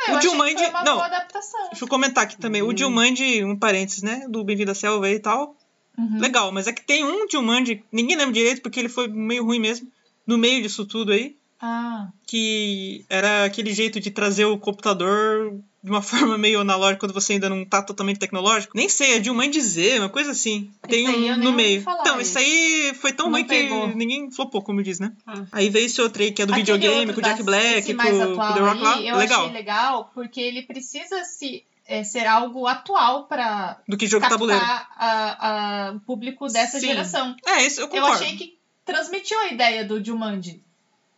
Speaker 2: eu achei
Speaker 3: o
Speaker 2: que
Speaker 3: Jumanji-
Speaker 2: foi uma
Speaker 3: não.
Speaker 2: boa adaptação.
Speaker 3: Deixa eu comentar aqui também,
Speaker 5: Hum.
Speaker 3: o Dilmand, um parênteses, né, do Bem-vindo à Selva e tal,
Speaker 5: Hum.
Speaker 2: Uhum.
Speaker 3: legal, mas é que tem um Dilmand, ninguém lembra direito, porque ele foi meio ruim mesmo, no meio disso tudo aí,
Speaker 2: Ah,
Speaker 3: que era aquele jeito de trazer o computador de uma forma meio analógica, quando você ainda não tá totalmente tecnológico. Nem sei, é Dilmand Z, uma coisa assim. Tem
Speaker 2: aí eu
Speaker 3: um
Speaker 2: nem
Speaker 3: no
Speaker 2: ouvi
Speaker 3: meio.
Speaker 2: falar
Speaker 3: Então,
Speaker 2: esse.
Speaker 3: isso aí foi tão
Speaker 2: Não
Speaker 3: ruim que
Speaker 2: pegou. Ah.
Speaker 3: ninguém flopou, como diz, né?
Speaker 5: Hum.
Speaker 3: Aí veio esse outro aí que é do
Speaker 2: aquele
Speaker 3: videogame,
Speaker 2: outro
Speaker 3: com o Jack
Speaker 2: das-
Speaker 3: Black,
Speaker 2: esse
Speaker 3: com,
Speaker 2: mais
Speaker 3: com o
Speaker 2: atual
Speaker 3: The Rock
Speaker 2: aí,
Speaker 3: lá.
Speaker 2: Eu
Speaker 3: Legal.
Speaker 2: achei legal porque ele precisa se, é, ser algo atual pra
Speaker 3: Do que jogo de
Speaker 2: captar
Speaker 3: tabuleiro.
Speaker 2: a- a- o público dessa
Speaker 3: Sim.
Speaker 2: geração.
Speaker 3: É, isso eu
Speaker 2: Eu
Speaker 3: concordo.
Speaker 2: achei que transmitiu a ideia do Jumanji.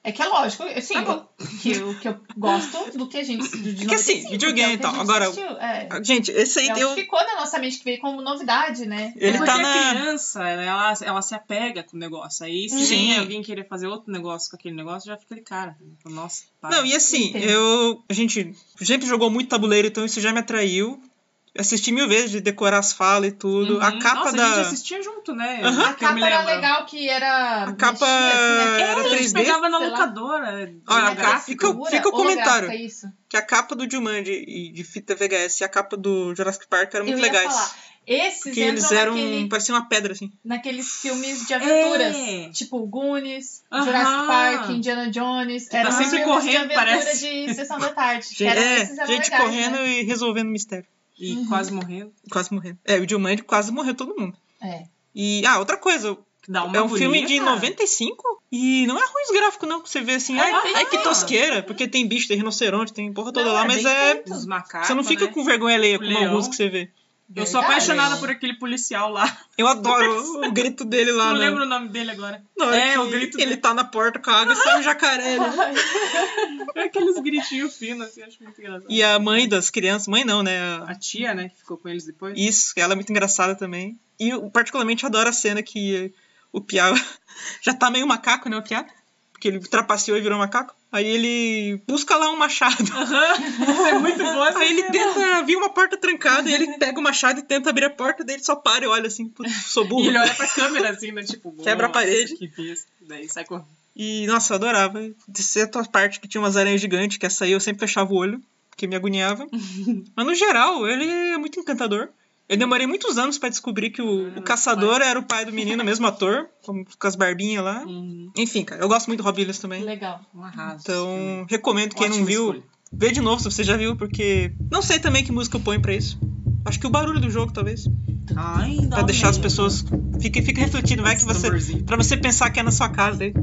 Speaker 2: É que é lógico, assim,
Speaker 3: Tá bom.
Speaker 2: eu- que, eu, que eu gosto do que a gente. Do, de
Speaker 3: Que assim,
Speaker 2: 95,
Speaker 3: videogame
Speaker 2: que é o que a
Speaker 3: e tal.
Speaker 2: gente
Speaker 3: Agora,
Speaker 2: assistiu, é.
Speaker 3: Gente, esse aí
Speaker 2: É o que
Speaker 3: deu...
Speaker 2: ficou na nossa mente que veio como novidade, né?
Speaker 3: um Ele
Speaker 5: Porque
Speaker 3: tá
Speaker 5: a
Speaker 3: na-
Speaker 5: criança, ela, ela se apega com o negócio. Aí se
Speaker 3: Sim.
Speaker 5: vem alguém querer fazer outro negócio com aquele negócio, já fica de cara. Fala, Nossa, para.
Speaker 3: Não, e assim,
Speaker 2: Entendo.
Speaker 3: eu. A gente sempre jogou muito tabuleiro, então isso já me atraiu. Assisti mil vezes de decorar as falas e tudo.
Speaker 5: Uhum.
Speaker 3: A capa
Speaker 5: Nossa,
Speaker 3: da.
Speaker 5: a gente assistia junto, né?
Speaker 3: Aham.
Speaker 2: A
Speaker 5: Que eu me
Speaker 2: capa era
Speaker 5: lembro.
Speaker 2: legal que era. assim,
Speaker 3: A capa
Speaker 2: mexia,
Speaker 3: era
Speaker 5: É, a gente
Speaker 3: 3D?
Speaker 5: pegava na
Speaker 2: Sei lá.
Speaker 5: locadora.
Speaker 3: Olha,
Speaker 5: era
Speaker 3: cara, fica-
Speaker 2: figura
Speaker 3: fica
Speaker 2: holográfica,
Speaker 3: o comentário.
Speaker 2: Isso.
Speaker 3: Que a capa do Jumanji e de fita VHS e a capa do Jurassic Park eram
Speaker 2: Eu
Speaker 3: muito
Speaker 2: ia
Speaker 3: legais.
Speaker 2: falar. Esses
Speaker 3: Porque
Speaker 2: entram
Speaker 3: eles eram.
Speaker 2: naquele-
Speaker 3: Pareciam uma pedra, assim.
Speaker 2: naqueles filmes de aventuras. Tipo Goonies,
Speaker 5: Aham.
Speaker 2: Jurassic Park, Indiana Jones. Era
Speaker 5: tá sempre
Speaker 2: de
Speaker 5: correndo,
Speaker 2: aventura
Speaker 5: parece.
Speaker 2: de sessão da tarde. que era,
Speaker 3: é,
Speaker 2: esses eram
Speaker 3: gente
Speaker 2: legais,
Speaker 3: correndo
Speaker 2: né?
Speaker 3: e resolvendo mistério.
Speaker 5: E
Speaker 2: Uhum.
Speaker 5: quase morrendo.
Speaker 3: Quase morrendo. É, o Jumanji quase morreu todo mundo.
Speaker 2: É.
Speaker 3: E, ah, outra coisa,
Speaker 5: Dá uma
Speaker 3: é um filme de
Speaker 5: bonita.
Speaker 3: 95 e não é ruim os gráficos, não. que Você vê assim, ai,
Speaker 5: bem
Speaker 3: ai, que
Speaker 5: feito.
Speaker 3: tosqueira, porque tem bicho, tem rinoceronte, tem porra toda
Speaker 5: Não,
Speaker 3: lá,
Speaker 5: é
Speaker 3: mas
Speaker 5: bem
Speaker 3: é.
Speaker 5: feito. Os macacos,
Speaker 3: Você não fica
Speaker 5: né?
Speaker 3: com vergonha alheia
Speaker 5: O
Speaker 3: como
Speaker 5: leão.
Speaker 3: alguns que você vê.
Speaker 5: Eu sou
Speaker 2: Verdade.
Speaker 5: apaixonada por aquele policial lá.
Speaker 3: Eu adoro o grito dele lá.
Speaker 5: não
Speaker 3: na-
Speaker 5: lembro o nome dele agora.
Speaker 3: na hora
Speaker 5: É,
Speaker 3: que
Speaker 5: o grito
Speaker 3: Ele
Speaker 5: dele.
Speaker 3: tá na porta com a água e sai um jacaré. né?
Speaker 5: É Aqueles gritinhos finos, assim, eu acho muito engraçado.
Speaker 3: E a mãe das crianças, mãe não, né?
Speaker 5: a tia, né, que ficou com eles depois.
Speaker 3: Isso, ela é muito engraçada também. E eu particularmente adoro a cena que o Piá já tá meio macaco, né, o Piá? Porque ele trapaceou e virou macaco. Aí ele busca lá um machado.
Speaker 5: Isso é muito bom. essa
Speaker 3: Aí ele
Speaker 5: cena.
Speaker 3: tenta vir uma porta trancada e ele pega o machado e tenta abrir a porta dele, só para e olha assim, putz, sou burro.
Speaker 5: E ele olha pra câmera, assim, né, tipo...
Speaker 3: Quebra a
Speaker 5: "Nossa,
Speaker 3: parede."
Speaker 5: Que fiz. Daí sai correndo.
Speaker 3: E, nossa, eu adorava. Exceto a parte que tinha umas aranhas gigantes, que essa aí eu sempre fechava o olho, porque me agoniava. Mas, no geral, ele é muito encantador. Eu demorei muitos anos pra descobrir que o,
Speaker 5: Uhum.
Speaker 3: o caçador era o pai do menino, mesmo ator, com, com as barbinhas lá.
Speaker 5: Uhum.
Speaker 3: Enfim, cara, eu gosto muito do Rob Williams também.
Speaker 2: Legal.
Speaker 5: Um arraso.
Speaker 3: Então, recomendo quem não
Speaker 5: Ótima
Speaker 3: viu,
Speaker 5: escolha.
Speaker 3: vê de novo se você já viu, porque não sei também que música eu ponho pra isso. Acho que o barulho do jogo, talvez.
Speaker 5: Ai, um
Speaker 3: Pra deixar as pessoas.
Speaker 5: né?
Speaker 3: Fica, fica refletindo, vai que você. Pra você pensar que é na sua casa aí.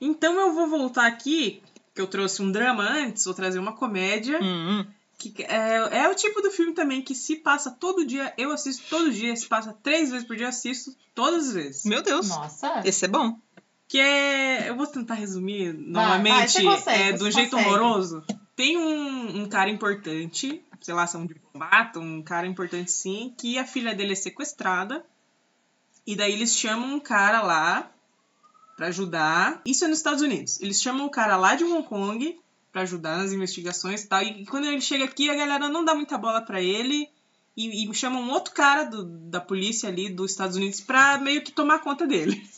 Speaker 5: Então eu vou voltar aqui, que eu trouxe um drama antes, vou trazer uma comédia.
Speaker 3: Hum.
Speaker 5: Que é, é o tipo do filme também que se passa todo dia, eu assisto todo dia, se passa três vezes por dia, assisto todas as vezes.
Speaker 3: Meu Deus.
Speaker 2: Nossa.
Speaker 3: Esse é bom.
Speaker 5: Que é. Eu vou tentar resumir
Speaker 2: Vai, vai,
Speaker 5: novamente,
Speaker 2: você consegue,
Speaker 5: é,
Speaker 2: você
Speaker 5: do jeito
Speaker 2: consegue.
Speaker 5: horroroso. Tem um, um cara importante, sei lá, se é um diplomata, um cara importante sim, que a filha dele é sequestrada. E daí eles chamam um cara lá pra ajudar. Isso é nos Estados Unidos. Eles chamam o cara lá de Hong Kong pra ajudar nas investigações e tal. E quando ele chega aqui, a galera não dá muita bola pra ele. E, e chama um outro cara do- da polícia ali dos Estados Unidos pra meio que tomar conta dele.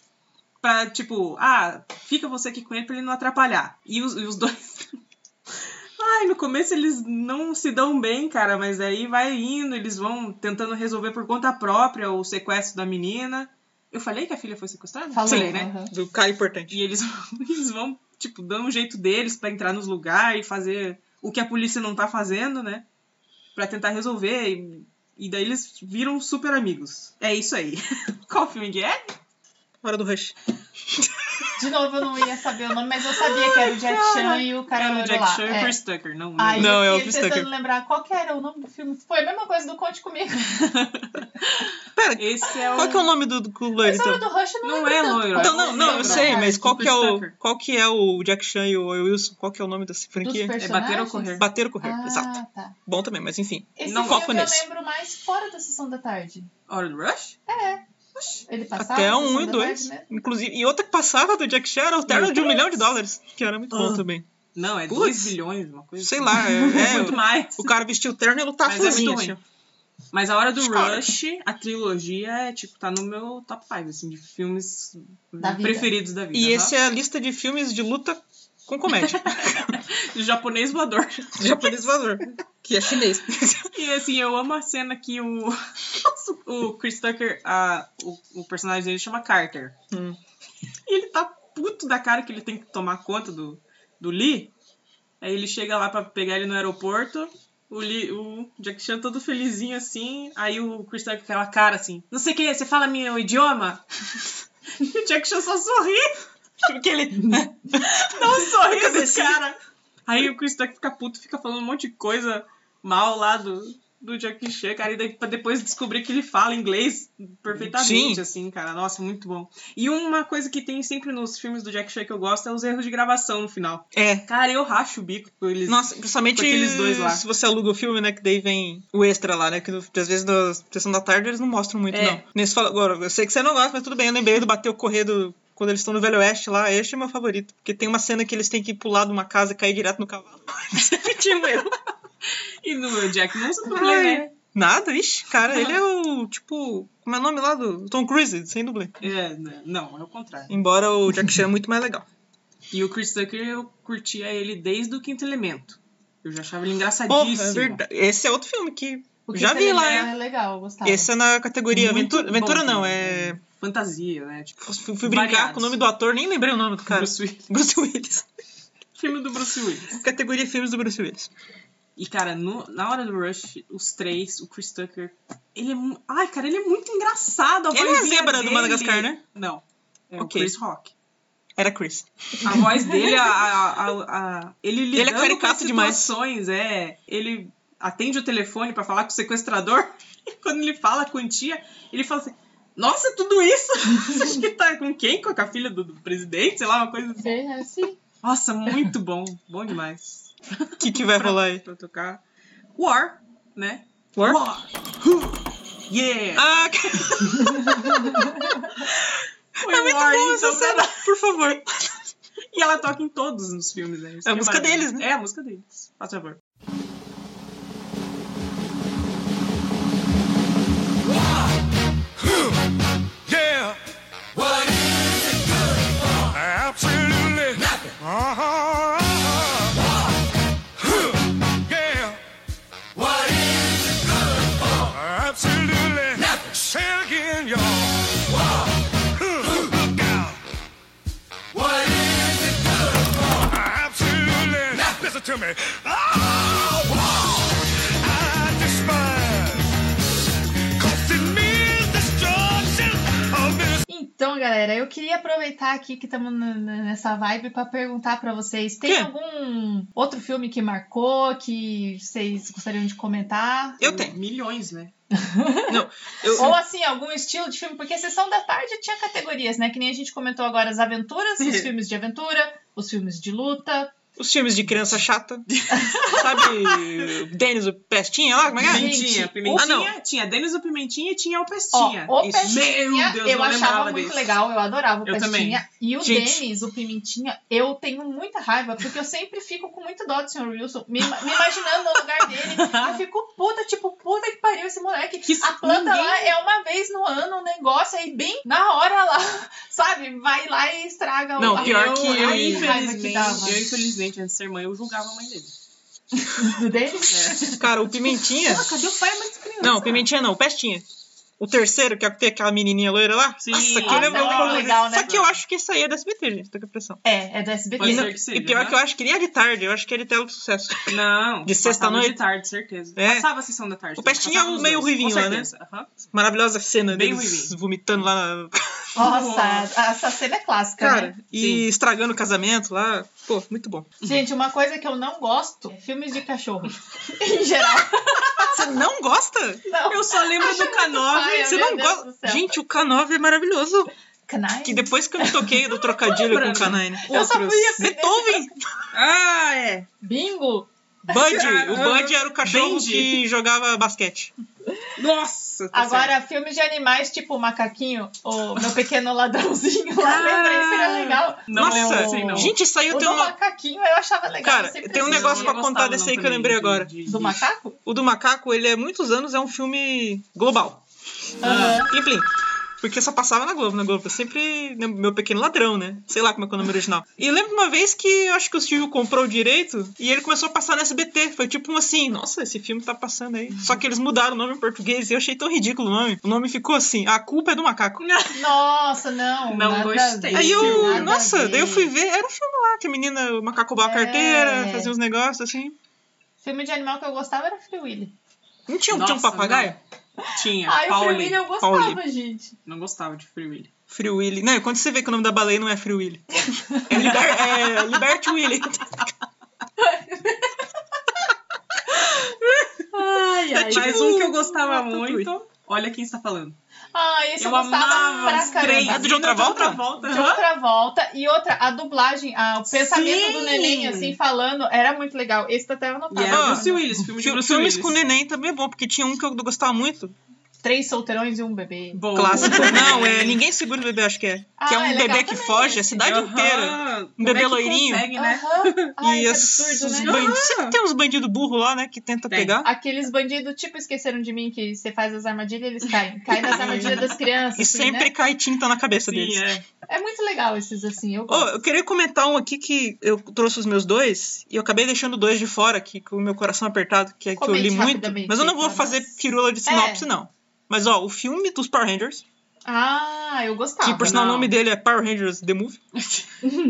Speaker 5: Pra, tipo, ah, fica você aqui com ele pra ele não atrapalhar. E os, e os dois. Ai, no começo eles não se dão bem, cara, mas aí vai indo, eles vão tentando resolver por conta própria o sequestro da menina. Eu falei que a filha foi sequestrada?
Speaker 2: Falou,
Speaker 5: Falei, né?
Speaker 2: aham.
Speaker 3: Do cara importante.
Speaker 5: E eles, eles vão, tipo, dando um jeito deles pra entrar nos lugares e fazer o que a polícia não tá fazendo, né? Pra tentar resolver. E, e daí eles viram super amigos. É isso aí. Qual filme que é?
Speaker 3: Hora do rush.
Speaker 2: De novo, eu não ia saber o nome, mas eu sabia que era o Jack Chan e o cara
Speaker 5: Era o
Speaker 2: loiro
Speaker 5: Jack
Speaker 2: lá.
Speaker 5: Chan e
Speaker 2: É.
Speaker 5: Chris Tucker, não.
Speaker 2: Ai,
Speaker 5: não.
Speaker 3: Não,
Speaker 2: eu
Speaker 3: é o
Speaker 2: fiquei
Speaker 3: Chris
Speaker 2: tentando
Speaker 3: Tucker.
Speaker 2: lembrar qual que era o nome do filme. Foi a mesma coisa do Conte Comigo.
Speaker 3: Pera,
Speaker 5: Esse é o.
Speaker 3: qual que é o nome do, do loiro,
Speaker 2: Mas o
Speaker 3: então?
Speaker 2: nome do Rush eu né? não,
Speaker 5: Não
Speaker 2: lembro
Speaker 5: é
Speaker 2: tanto.
Speaker 5: loiro,
Speaker 3: Então, não, não, eu
Speaker 5: Lembra?
Speaker 3: sei, mas qual que é
Speaker 5: Chris
Speaker 3: o.
Speaker 5: Tucker.
Speaker 3: Qual que é o Jack Chan e o Wilson? Qual que é o nome dessa
Speaker 2: Dos
Speaker 3: franquia?
Speaker 5: É bater ou
Speaker 2: personagens?
Speaker 5: correr.
Speaker 3: Bater ou correr,
Speaker 2: Ah,
Speaker 3: exato.
Speaker 2: tá.
Speaker 3: Bom também, mas enfim.
Speaker 2: Esse
Speaker 3: Não
Speaker 2: filme
Speaker 3: foco
Speaker 2: eu
Speaker 3: nesse.
Speaker 2: lembro mais fora da Sessão da Tarde.
Speaker 5: Hora do Rush?
Speaker 2: Ele passava
Speaker 3: Até
Speaker 2: na
Speaker 3: um
Speaker 2: Sessão
Speaker 3: e
Speaker 2: da
Speaker 3: dois.
Speaker 2: Tarde né? mesmo?
Speaker 3: Inclusive, e outra que passava do Jack Chan era o terno
Speaker 5: Meu
Speaker 3: de um milhão de dólares. Que era muito bom também.
Speaker 5: Não, é
Speaker 3: Putz.
Speaker 5: 2 bilhões, uma coisa.
Speaker 3: Sei
Speaker 5: assim.
Speaker 3: lá, é, é,
Speaker 5: Muito mais.
Speaker 3: o cara vestiu o terno e ele lutava
Speaker 5: Mas é muito
Speaker 3: sozinho.
Speaker 5: ruim.
Speaker 3: assim, ó.
Speaker 5: Mas a hora do
Speaker 3: Cara.
Speaker 5: Rush, a trilogia, é tipo, tá no meu top 5, assim, de filmes
Speaker 2: Da vida.
Speaker 5: preferidos da vida.
Speaker 3: e esse é a lista de filmes de luta com comédia.
Speaker 5: é. Japonês voador.
Speaker 3: de japonês valor. Que é chinês.
Speaker 5: E assim, eu amo a cena que o. o Chris Tucker, a, o, o personagem dele chama Carter.
Speaker 3: Hum.
Speaker 5: E ele tá puto da cara que ele tem que tomar conta do, do Lee. Aí ele chega lá pra pegar ele no aeroporto. O, Lee, o Jack Chan todo felizinho assim. Aí o Chris Tucker com aquela cara assim: Não sei o que, você fala meu idioma? e o Jack Chan só sorri. Tipo,
Speaker 3: Porque ele.
Speaker 5: Dá um sorriso, cara. Aí o Chris Tucker fica puto, fica falando um monte de coisa mal lá do, do Jack Chan, cara. E daí pra depois descobrir que ele fala inglês perfeitamente,
Speaker 3: Sim.
Speaker 5: assim, cara. Nossa, muito bom. E uma coisa que tem sempre nos filmes do Jack Chan que eu gosto é os erros de gravação no final.
Speaker 3: É.
Speaker 5: Cara, eu racho o bico com eles.
Speaker 3: Nossa,
Speaker 5: Com
Speaker 3: principalmente
Speaker 5: aqueles dois lá.
Speaker 3: se você aluga o filme, né? Que daí vem o extra lá, né? Que no- às vezes na sessão da tarde eles não mostram muito,
Speaker 5: É.
Speaker 3: não. Nesse fala, agora, eu sei que você não gosta, mas tudo bem. Eu lembrei do bater o correr do- quando eles estão no Velho Oeste lá. Este é meu favorito. Porque tem uma cena que eles têm que pular de uma casa e cair direto no cavalo. Sempre tinha um erro.
Speaker 5: E no Jack não se dublê, né?
Speaker 3: Nada, ixi, cara, ele é o, tipo, como é o nome lá do Tom Cruise, sem dublê.
Speaker 5: É, né? não, é o contrário.
Speaker 3: Embora o Jack Chan é muito mais legal.
Speaker 5: E o Chris Tucker, eu curtia ele desde o Quinto Elemento. Eu já achava ele
Speaker 3: Porra,
Speaker 5: engraçadíssimo.
Speaker 3: é verdade. Esse é outro filme que
Speaker 2: O
Speaker 3: já
Speaker 2: Quinto
Speaker 3: vi lá,
Speaker 2: Elemento
Speaker 3: é.
Speaker 2: É legal, eu gostava.
Speaker 3: Esse é na categoria
Speaker 5: Tá. Muito
Speaker 3: aventura,
Speaker 5: bom
Speaker 3: aventura não,
Speaker 5: filme,
Speaker 3: é...
Speaker 5: né? Fantasia, né? Tipo,
Speaker 3: Fui, fui brincar
Speaker 5: Variados.
Speaker 3: com o nome do ator, nem lembrei o nome do cara.
Speaker 5: Bruce Willis.
Speaker 3: Bruce Willis.
Speaker 5: Filme do Bruce Willis.
Speaker 3: Categoria filmes do Bruce Willis.
Speaker 5: E, cara, no- na hora do Rush, os três, o Chris Tucker, ele é. mu- Ai, cara, ele é muito engraçado. A
Speaker 3: Ele é a
Speaker 5: vozinha
Speaker 3: zebra do
Speaker 5: dele...
Speaker 3: Madagascar, né?
Speaker 5: Não. É
Speaker 3: Ok.
Speaker 5: o Chris Rock.
Speaker 3: Era Chris.
Speaker 5: A voz dele, a, a, a- a- ele
Speaker 3: é
Speaker 5: lidando
Speaker 3: caricato
Speaker 5: com
Speaker 3: demais.
Speaker 5: situações, é. Ele atende o telefone pra falar com o sequestrador. E quando ele fala com a quantia, ele fala assim: Nossa, tudo isso? Você acha que tá com quem? Com a filha do, do presidente? Sei lá, uma coisa assim.
Speaker 2: É, sim.
Speaker 5: Nossa, muito bom. Bom demais.
Speaker 3: O que, que vai rolar aí?
Speaker 5: pra tocar War, né?
Speaker 3: War?
Speaker 5: Who? Yeah!
Speaker 3: Ah, que-
Speaker 5: Foi
Speaker 3: é muito
Speaker 5: War,
Speaker 3: bom essa
Speaker 5: então,
Speaker 3: cena. Por favor.
Speaker 5: E ela toca em todos os filmes, né? Isso
Speaker 3: É a
Speaker 5: que
Speaker 3: música
Speaker 5: maravilhoso.
Speaker 3: deles, né?
Speaker 5: É a música deles. Faz favor.
Speaker 8: Yeah. What is it good for? Absolutely nothing. Uh-huh. Huh. Yeah. What is it good for? Absolutely nothing. Say it again, y'all. Huh. Look out. What is it good for? Absolutely nothing. Listen to me. Oh, wow. I despise. 'cause it means destruction of this
Speaker 2: Então, Então, galera, eu queria aproveitar aqui que estamos nessa vibe para perguntar para vocês: tem
Speaker 3: Quê?
Speaker 2: algum outro filme que marcou, que vocês gostariam de comentar?
Speaker 3: Eu tenho.
Speaker 5: Milhões, né?
Speaker 3: Eu-
Speaker 2: Ou assim, algum estilo de filme, porque sessão da tarde tinha categorias, né? Que nem a gente comentou agora as aventuras, os filmes de aventura, os filmes de luta.
Speaker 3: Os filmes de criança chata. Sabe? o Denis, o Pestinha lá, como é que é?
Speaker 2: Gente,
Speaker 5: Pimentinha,
Speaker 2: o-
Speaker 5: Pimentinha.
Speaker 3: Ah, não.
Speaker 5: Tinha Denis o Pimentinha e tinha o
Speaker 2: Ó,
Speaker 5: Pestinha.
Speaker 2: o
Speaker 5: Isso.
Speaker 2: Pestinha,
Speaker 5: Meu Deus,
Speaker 2: eu
Speaker 5: não
Speaker 2: achava
Speaker 5: lembrava
Speaker 2: muito
Speaker 5: desse.
Speaker 2: legal, eu adorava o
Speaker 5: Eu também.
Speaker 2: Pestinha. E o
Speaker 3: Gente.
Speaker 2: Denis, o Pimentinha, eu tenho muita raiva, porque eu sempre fico com muito dó do Sr. Wilson, me, me imaginando no lugar dele. Eu fico puta, tipo, puta que pariu esse moleque.
Speaker 5: Que
Speaker 2: A planta
Speaker 5: ninguém-
Speaker 2: lá é uma vez no ano um negócio, aí bem na hora lá, sabe? Vai lá e estraga o
Speaker 3: Não, pior
Speaker 2: eu-
Speaker 3: que
Speaker 2: ai,
Speaker 3: eu-
Speaker 2: que raiva que
Speaker 5: infelizmente,
Speaker 2: dava.
Speaker 5: eu, infelizmente, antes de ser mãe, eu julgava a mãe dele.
Speaker 2: Do Denis?
Speaker 3: Cara, o Pimentinha.
Speaker 5: Ah, cadê o pai mais criança?
Speaker 3: Não, o Pimentinha não, o Pestinha. O terceiro, que é tem aquela menininha loira lá.
Speaker 5: Sim.
Speaker 3: Nossa, que
Speaker 5: Nossa,
Speaker 3: eu lembro
Speaker 5: é muito
Speaker 2: legal, né,
Speaker 3: Só que eu acho que isso aí é da SBT, gente. Tô com pressão.
Speaker 2: É, é do SBT.
Speaker 5: Pode
Speaker 3: E,
Speaker 5: ser
Speaker 3: não-
Speaker 5: que seja,
Speaker 3: e pior
Speaker 5: né?
Speaker 3: que eu acho que ele é de tarde, eu acho que ele é tela do sucesso.
Speaker 5: Não.
Speaker 3: De sexta à
Speaker 5: passava
Speaker 3: noite?
Speaker 5: De tarde, certeza.
Speaker 3: É.
Speaker 5: Passava a sessão da tarde.
Speaker 3: O Pestinha é um meio ruivinho lá, né? Maravilhosa cena
Speaker 5: Bem
Speaker 3: deles
Speaker 5: ruim.
Speaker 3: vomitando lá na.
Speaker 2: Nossa, essa cena é clássica, né?
Speaker 3: Cara, e estragando o casamento lá. Pô, muito bom.
Speaker 2: Gente, uma coisa que eu não gosto é filmes de cachorro. em geral,
Speaker 3: Você não gosta?
Speaker 2: não.
Speaker 5: Eu só lembro do K9.
Speaker 2: paia.
Speaker 3: Você
Speaker 2: meu
Speaker 3: não
Speaker 2: Deus do
Speaker 3: gosta?
Speaker 2: céu.
Speaker 3: Gente, o K9 é maravilhoso.
Speaker 2: Canais.
Speaker 3: Que depois que eu me toquei do trocadilho com o K9.
Speaker 2: Eu só
Speaker 3: Outros.
Speaker 2: fui aprender
Speaker 3: Beethoven!
Speaker 5: Ah, é.
Speaker 2: Bingo!
Speaker 3: Bud! O Bud era o cachorro
Speaker 5: Benji.
Speaker 3: que jogava basquete.
Speaker 5: Nossa. tá certo.
Speaker 2: Agora, filmes de animais tipo o Macaquinho, o Meu Pequeno Ladrãozinho, lá
Speaker 5: Ah,
Speaker 2: lembrei, seria legal.
Speaker 5: Não
Speaker 3: Nossa,
Speaker 5: lembro, assim, não.
Speaker 3: gente, saiu
Speaker 2: O
Speaker 3: tem
Speaker 2: do
Speaker 3: uma.
Speaker 2: Macaquinho eu achava legal.
Speaker 3: Cara,
Speaker 2: eu sempre
Speaker 3: tem um
Speaker 2: assisti.
Speaker 5: Eu
Speaker 3: negócio
Speaker 5: não
Speaker 3: pra
Speaker 5: gostava,
Speaker 3: contar desse
Speaker 5: não,
Speaker 3: aí que eu
Speaker 5: também,
Speaker 3: lembrei
Speaker 5: de-
Speaker 3: agora.
Speaker 5: de- de-
Speaker 2: Do macaco?
Speaker 3: O do macaco, ele é muitos anos, é um filme global.
Speaker 2: Aham.
Speaker 3: Plim, plim. Porque só passava na Globo, na Globo. Eu sempre. né, Meu pequeno ladrão, né? Sei lá como é que é o nome original. E eu lembro uma vez que eu acho que o Silvio comprou o direito e ele começou a passar na SBT. Foi tipo um assim: nossa, esse filme tá passando aí. Só que eles mudaram o nome em português e eu achei tão ridículo o nome. O nome ficou assim: A Culpa é do Macaco.
Speaker 2: Nossa, não.
Speaker 5: Não
Speaker 2: nada a
Speaker 5: gostei.
Speaker 2: ver,
Speaker 3: Aí
Speaker 2: nada
Speaker 3: eu.
Speaker 2: a
Speaker 3: Nossa,
Speaker 2: ver.
Speaker 3: daí eu fui ver. Era um filme lá que a menina, o macaco roubava a
Speaker 2: É.
Speaker 3: carteira, fazia uns negócios assim.
Speaker 2: Filme de animal que eu gostava era Free Willy.
Speaker 3: Não tinha, tinha um
Speaker 5: Nossa,
Speaker 3: papagaio?
Speaker 5: Tinha.
Speaker 2: Ai, o Free
Speaker 5: Pauli.
Speaker 2: Willy eu gostava,
Speaker 3: Pauli.
Speaker 2: gente.
Speaker 5: Não gostava de Free Willy.
Speaker 3: Free Willy. Não, quando você vê que o nome da baleia não é Free Willy. É, liber, é Liberty Willy.
Speaker 2: Ai, ai.
Speaker 3: tipo-
Speaker 5: Mas um que eu gostava
Speaker 3: Ratatouille.
Speaker 5: muito... Olha
Speaker 3: tá
Speaker 5: quem está falando.
Speaker 2: Ai, Ah, esse eu,
Speaker 5: eu
Speaker 2: gostava
Speaker 5: amava
Speaker 2: pra
Speaker 5: os três.
Speaker 2: caramba.
Speaker 3: É do John Travolta?
Speaker 5: volta.
Speaker 2: De outra volta. E outra, a dublagem, ah, o pensamento
Speaker 3: Sim!
Speaker 2: do neném, assim, falando, era muito legal. Esse tá até anotado.
Speaker 5: E era
Speaker 3: Ah,
Speaker 5: o Bruce Willis, filme de
Speaker 3: Os filmes
Speaker 5: Bruce Willis.
Speaker 3: com neném também é bom, porque tinha um que eu gostava muito.
Speaker 2: Três solteirões e um bebê.
Speaker 5: Bom.
Speaker 3: Clássico. Não, é Ninguém Segura o Bebê, acho que é. que é
Speaker 2: Ah,
Speaker 3: um
Speaker 2: é legal
Speaker 3: bebê que
Speaker 2: também
Speaker 3: foge
Speaker 2: esse.
Speaker 3: a cidade
Speaker 5: Aham.
Speaker 3: inteira.
Speaker 5: Como
Speaker 3: bebê
Speaker 5: é que
Speaker 3: loirinho.
Speaker 5: consegue, né?
Speaker 2: Aham. Ai,
Speaker 3: e
Speaker 2: que
Speaker 3: as-
Speaker 2: absurdo,
Speaker 3: os
Speaker 2: né? Ah,
Speaker 3: bandidos. Sempre tem uns bandidos burros lá, né? Que tenta
Speaker 5: Tem.
Speaker 3: pegar.
Speaker 2: Aqueles bandidos, tipo, esqueceram de mim, que você faz as armadilhas e eles caem. Caem nas armadilhas das crianças.
Speaker 3: E
Speaker 2: assim,
Speaker 3: sempre
Speaker 2: né?
Speaker 3: cai tinta na cabeça deles.
Speaker 5: Sim, é.
Speaker 2: É muito legal esses, assim. Eu
Speaker 3: Ô,
Speaker 2: gosto.
Speaker 3: eu queria comentar um aqui que eu trouxe os meus dois e eu acabei deixando dois de fora aqui com o meu coração apertado, que é que eu
Speaker 2: Comente
Speaker 3: li muito.
Speaker 2: rapidamente, É.
Speaker 3: Mas eu não vou
Speaker 2: Nicolas.
Speaker 3: fazer pirula de sinopse, não. Mas ó, o filme dos Power Rangers,
Speaker 2: Ah, eu gostava.
Speaker 3: que por sinal o
Speaker 5: Tá, não.
Speaker 3: nome dele é Power Rangers The Movie,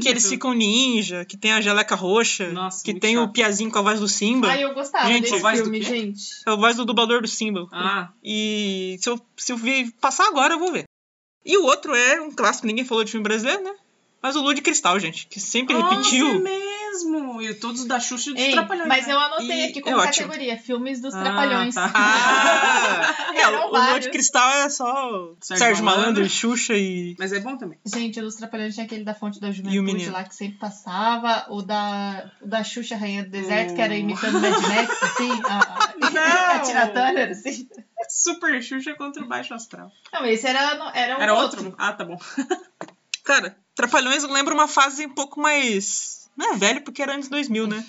Speaker 3: que eles ficam ninja, que tem a jaleca roxa,
Speaker 5: é. Nossa,
Speaker 3: que
Speaker 5: muito
Speaker 3: tem o
Speaker 5: chato.
Speaker 3: Piazinho com a voz do Simba,
Speaker 2: Ai, eu gostava
Speaker 3: Gente,
Speaker 2: desse
Speaker 5: voz do
Speaker 2: filme,
Speaker 5: quê?
Speaker 2: gente.
Speaker 3: é a voz do dublador do Simba.
Speaker 5: Ah,
Speaker 3: E se eu, se eu ver passar agora, eu vou ver. E o outro é um clássico, ninguém falou de filme brasileiro, né? Mas o Lua de Cristal, gente, que sempre
Speaker 5: Nossa, é
Speaker 3: repetiu.
Speaker 5: mesmo. E todos da Xuxa e dos
Speaker 2: Ei,
Speaker 5: Trapalhões.
Speaker 2: mas
Speaker 5: né?
Speaker 2: eu anotei
Speaker 3: E-
Speaker 2: aqui como
Speaker 3: é ótimo.
Speaker 2: categoria, filmes dos
Speaker 5: Ah,
Speaker 2: trapalhões.
Speaker 5: tá.
Speaker 3: Ah! é,
Speaker 2: Eram
Speaker 3: o Lua
Speaker 2: vários.
Speaker 3: de Cristal é só Sérgio,
Speaker 5: Sérgio
Speaker 3: Malandro,
Speaker 5: Malandro,
Speaker 3: Xuxa e.
Speaker 5: Mas é bom também.
Speaker 2: Gente, o dos Trapalhões tinha aquele da Fonte da
Speaker 3: E o
Speaker 2: Juventude
Speaker 3: menino?
Speaker 2: lá que sempre passava, o da, o da Xuxa Rainha do Deserto,
Speaker 5: Hum.
Speaker 2: que era imitando o Mad Max, assim, a, a
Speaker 5: Não!
Speaker 2: Tina Turner, assim.
Speaker 5: É Super Xuxa contra o Baixo Astral.
Speaker 2: Não, esse era, no- era um
Speaker 5: Era
Speaker 2: outro.
Speaker 5: outro? Ah, tá bom.
Speaker 3: Cara, Trapalhões lembra uma fase um pouco mais. Não é velho, porque era anos 2000, né?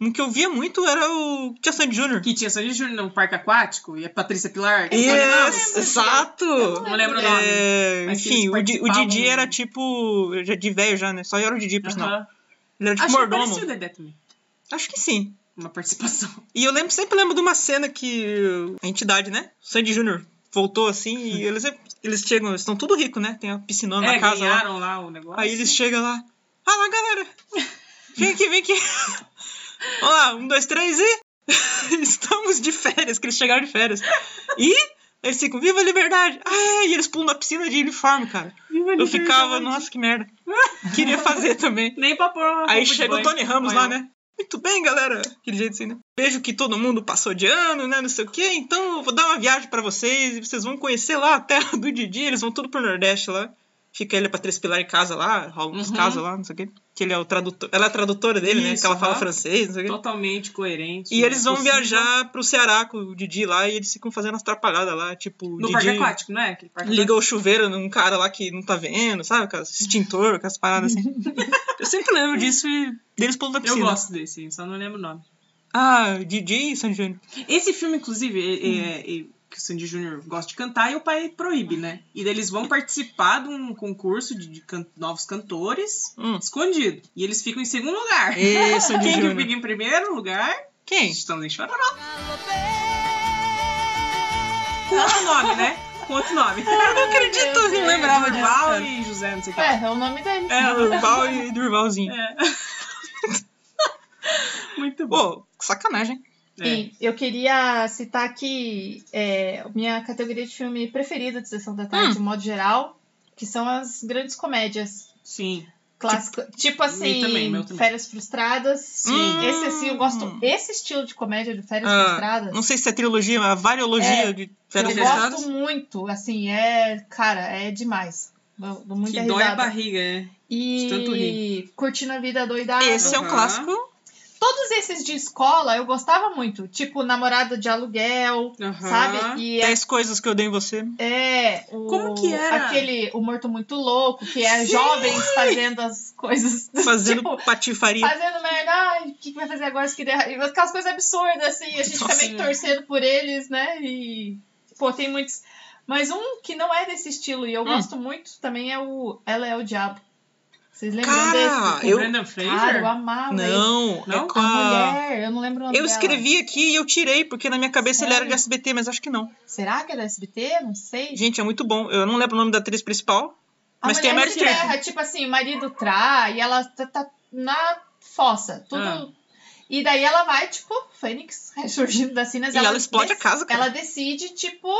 Speaker 3: Um que eu via muito era o Tia Sandy Jr.
Speaker 5: Que tinha Sandy Júnior no Parque Aquático e a Patrícia Pilar. que era-
Speaker 3: Yes, exato!
Speaker 5: Não lembro o nome.
Speaker 3: É,
Speaker 5: Mas que
Speaker 3: enfim,
Speaker 5: eles
Speaker 3: o, Di- o
Speaker 5: participavam
Speaker 3: Didi
Speaker 5: mesmo.
Speaker 3: era tipo. já De velho já, né? Só era o Didi, por sinal.
Speaker 5: Aham.
Speaker 3: Ele era tipo
Speaker 5: Acho que
Speaker 3: mordomo.
Speaker 5: apareceu o Dedé também.
Speaker 3: Acho que sim.
Speaker 5: Uma participação.
Speaker 3: E eu lembro, sempre lembro de uma cena que uh, a entidade, né? Sandy Jr. voltou assim e eles, eles chegam, eles estão tudo rico, né? Tem a piscinona
Speaker 5: Hum. é,
Speaker 3: na casa lá.
Speaker 5: ganharam lá. o negócio.
Speaker 3: Aí eles chegam lá. Ah lá, galera! Vem aqui, vem aqui! Vamos lá, um, dois, três e. Estamos de férias, que eles chegaram de férias. E Eles ficam, viva a liberdade! Ah, é! E eles pulam na piscina de uniforme, cara. Eu ficava, nossa, que merda. Queria fazer também.
Speaker 5: Nem pra pôr uma
Speaker 3: Aí
Speaker 5: roupa de
Speaker 3: chega o
Speaker 5: banho.
Speaker 3: Tony Ramos
Speaker 5: Olha
Speaker 3: lá, né? Muito bem, galera. Aquele jeito assim, né? Vejo que todo mundo passou de ano, né? Não sei o quê. Então eu vou dar uma viagem pra vocês e vocês vão conhecer lá a terra do Didi. Eles vão tudo pro Nordeste lá. Fica ele pra Três Pilar em casa lá, rola uns
Speaker 5: Uhum.
Speaker 3: casos lá, não sei o quê. Que ele é o tradutor. Ela é a tradutora dele, né?
Speaker 5: Isso,
Speaker 3: Que ela fala
Speaker 5: aham.
Speaker 3: francês, não sei o quê.
Speaker 5: Totalmente coerente.
Speaker 3: né? E eles vão
Speaker 5: possível.
Speaker 3: viajar pro Ceará com o Didi lá e eles ficam fazendo as atrapalhadas lá, tipo. o
Speaker 5: No
Speaker 3: Didi
Speaker 5: parque aquático, não é? Aquele parque
Speaker 3: liga o chuveiro num cara lá que não tá vendo, sabe? Com as- extintor, com as paradas assim. Eu sempre lembro disso e deles pulando da
Speaker 5: aquático. É. Eu
Speaker 3: piscina.
Speaker 5: gosto desse, só não lembro o nome.
Speaker 3: Ah, Didi e San Júnior.
Speaker 5: Esse filme, inclusive, é- é- é- que o Sandy Júnior gosta de cantar e o pai proíbe, né? E daí eles vão participar de um concurso de, de can- novos cantores
Speaker 3: Hum.
Speaker 5: escondido. E eles ficam em segundo lugar.
Speaker 3: Ê, Sandy
Speaker 5: Quem que
Speaker 3: Júnior.
Speaker 5: fica em primeiro lugar?
Speaker 3: Quem?
Speaker 5: Estamos em Chororó. Com outro nome, né? Com outro nome.
Speaker 3: Eu não acredito, eu não lembrava disso.
Speaker 5: Durval
Speaker 3: cara.
Speaker 5: e José, não sei o que. lá.
Speaker 2: É, é o nome dele.
Speaker 3: É, Durval e Durvalzinho.
Speaker 5: É. Muito bom.
Speaker 3: Pô, que sacanagem.
Speaker 5: É.
Speaker 2: E eu queria citar aqui é, minha categoria de filme preferida de Sessão da Tarde,
Speaker 3: Hum.
Speaker 2: de modo geral, que são as grandes comédias.
Speaker 5: Sim.
Speaker 2: Clássica, tipo, assim,
Speaker 5: meu também, meu também.
Speaker 2: Férias Frustradas.
Speaker 5: Sim.
Speaker 2: Esse assim, eu gosto.
Speaker 3: Hum.
Speaker 2: Esse estilo de comédia de Férias
Speaker 3: Ah,
Speaker 2: Frustradas.
Speaker 3: Não sei se é trilogia, mas a variologia
Speaker 2: É,
Speaker 3: de Férias
Speaker 2: Eu
Speaker 3: Frustradas.
Speaker 2: gosto muito, assim, é. Cara, é demais. Dou dou muita
Speaker 5: que dói a
Speaker 2: risada.
Speaker 5: barriga, né? de tanto
Speaker 2: e curtindo a vida doidada.
Speaker 3: Esse é um
Speaker 5: Aham.
Speaker 3: clássico.
Speaker 2: Todos esses de escola eu gostava muito. Tipo, namorada de aluguel,
Speaker 5: Aham.
Speaker 2: sabe? E é,
Speaker 3: Dez coisas que eu dei em você.
Speaker 2: é o,
Speaker 5: Como que era?
Speaker 2: aquele O Morto Muito Louco, que é
Speaker 5: Sim!
Speaker 2: jovens fazendo as coisas.
Speaker 3: Fazendo
Speaker 2: tipo,
Speaker 3: patifaria.
Speaker 2: Fazendo merda, ai, o que que vai fazer agora? Isso que der... e Aquelas coisas absurdas, assim, a gente
Speaker 5: Nossa,
Speaker 2: também
Speaker 5: né?
Speaker 2: torcendo por eles, né? E, pô, tem muitos. Mas um que não é desse estilo
Speaker 3: Hum.
Speaker 2: e eu gosto muito também é o Ela é o Diabo. Vocês lembram
Speaker 3: Cara,
Speaker 2: desse?
Speaker 5: Com
Speaker 3: Eu-
Speaker 5: Brandon Fraser?
Speaker 2: Cara, eu amava esse.
Speaker 3: Não,
Speaker 5: Não?
Speaker 3: é com
Speaker 2: A
Speaker 3: a...
Speaker 2: mulher, eu não lembro o nome
Speaker 3: Eu
Speaker 2: dela.
Speaker 3: escrevi aqui e eu tirei, porque na minha cabeça ele era de
Speaker 2: Sério?
Speaker 3: SBT, mas acho que não.
Speaker 2: Será que é da SBT? Não sei.
Speaker 3: Gente, é muito bom. Eu não lembro o nome da atriz principal. mas é tem a
Speaker 2: mulher
Speaker 3: Meryl
Speaker 2: se
Speaker 3: Streep.
Speaker 2: ferra, tipo assim, o marido trai, e ela tá, tá na fossa, tudo.
Speaker 5: Ah.
Speaker 2: E daí ela vai, tipo, Fênix ressurgindo das cinas.
Speaker 3: E ela explode a casa, cara.
Speaker 2: Ela decide, tipo,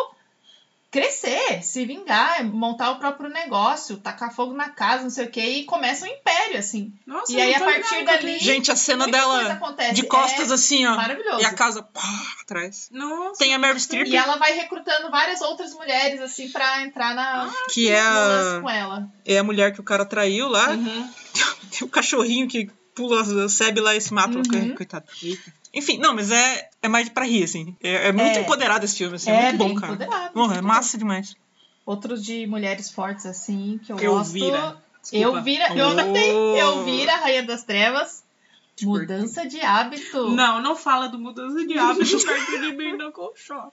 Speaker 2: crescer, se vingar, montar o próprio negócio, tacar fogo na casa, não sei o quê, e começa um império, assim.
Speaker 5: Nossa,
Speaker 2: E
Speaker 5: eu
Speaker 2: aí,
Speaker 5: não
Speaker 2: a
Speaker 5: tô
Speaker 2: partir
Speaker 5: ligada
Speaker 2: dali-
Speaker 5: que-
Speaker 3: Gente, a cena
Speaker 2: Muita coisa
Speaker 3: dela
Speaker 2: acontece.
Speaker 3: de costas
Speaker 2: é
Speaker 3: assim, ó.
Speaker 2: maravilhoso.
Speaker 3: E a casa pá, atrás.
Speaker 5: Nossa.
Speaker 3: Tem a Meryl Streep,
Speaker 2: E ela vai recrutando várias outras mulheres, assim, pra entrar na,
Speaker 3: que é
Speaker 2: no lance
Speaker 3: a,
Speaker 2: com ela.
Speaker 3: é a mulher que o cara traiu lá.
Speaker 5: Uhum.
Speaker 3: Tem o cachorrinho que pula, recebe lá e se mata. né?
Speaker 2: Uhum.
Speaker 3: Coitado.
Speaker 5: Eita.
Speaker 3: Enfim, não, mas é, é mais pra rir, assim. É, é muito
Speaker 2: É.
Speaker 3: empoderado esse filme, assim. É, muito
Speaker 2: bem
Speaker 3: bom, cara.
Speaker 2: empoderado,
Speaker 3: Porra, é
Speaker 2: muito
Speaker 3: massa demais.
Speaker 2: Outros de mulheres fortes, assim, que eu gosto.
Speaker 5: Elvira. Desculpa.
Speaker 2: Eu vira, eu
Speaker 3: Oh.
Speaker 2: anotei. Eu vira Rainha das Trevas. Mudança de hábito.
Speaker 5: Não, não fala do Mudança de Hábito perto de mim, não colchão.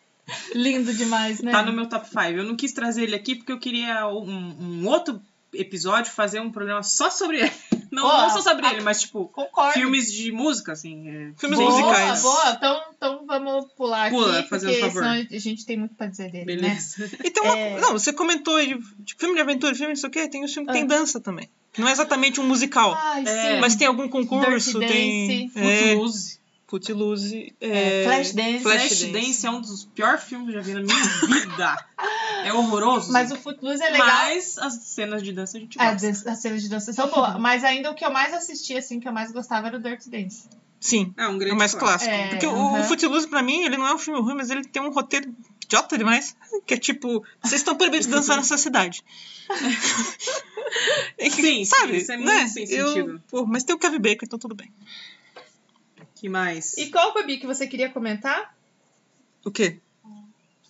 Speaker 2: Lindo demais, né?
Speaker 5: Tá no meu top 5. Eu não quis trazer ele aqui porque eu queria um, um outro episódio, fazer um programa só sobre ele. Não,
Speaker 2: Ó,
Speaker 5: não só sobre
Speaker 2: a-
Speaker 5: ele, mas tipo,
Speaker 2: Concordo.
Speaker 5: filmes de música, assim. é,
Speaker 3: Filmes
Speaker 2: boa,
Speaker 3: musicais.
Speaker 2: Boa, então, então vamos pular
Speaker 5: Pula,
Speaker 2: aqui,
Speaker 5: fazer um
Speaker 2: porque
Speaker 5: favor.
Speaker 2: senão a gente tem muito pra dizer dele, né?
Speaker 5: Beleza.
Speaker 3: Então, uma
Speaker 2: É.
Speaker 3: co- não, você comentou aí, de- tipo, filme de aventura, filme não sei o quê, tem os filmes que
Speaker 2: Ah.
Speaker 3: tem dança também. Não é exatamente um musical,
Speaker 2: Ai,
Speaker 5: É,
Speaker 2: sim.
Speaker 3: mas tem algum concurso,
Speaker 2: Dirty
Speaker 3: tem...
Speaker 2: Dancing.
Speaker 3: É,
Speaker 5: Footloose.
Speaker 3: Footloose,
Speaker 2: É,
Speaker 3: é,
Speaker 2: Flashdance.
Speaker 5: Flash
Speaker 3: Flashdance.
Speaker 5: Dance é um dos piores filmes que eu já vi na minha vida. É horroroso.
Speaker 2: Mas o Footloose é legal.
Speaker 5: Mas as cenas de dança a gente
Speaker 2: Ah,
Speaker 5: gosta.
Speaker 2: dan- As cenas de dança são boas. Mas ainda o que eu mais assisti, assim, que eu mais gostava era o Dirty Dance.
Speaker 3: Sim,
Speaker 5: É um
Speaker 3: é
Speaker 5: grande
Speaker 3: o mais clássico.
Speaker 2: É,
Speaker 3: Porque o,
Speaker 2: aham.
Speaker 3: o Footloose, pra mim, ele não é um filme ruim, mas ele tem um roteiro idiota demais, que é tipo, vocês estão proibidos de dançar nessa cidade. É que,
Speaker 5: Sim,
Speaker 3: né,
Speaker 5: sim, isso é muito sem
Speaker 3: Eu-
Speaker 5: sentido.
Speaker 3: pô, mas tem o Kevin Bacon, então tudo bem.
Speaker 5: Que mais?
Speaker 2: E qual, Babi, que você queria comentar?
Speaker 3: O quê?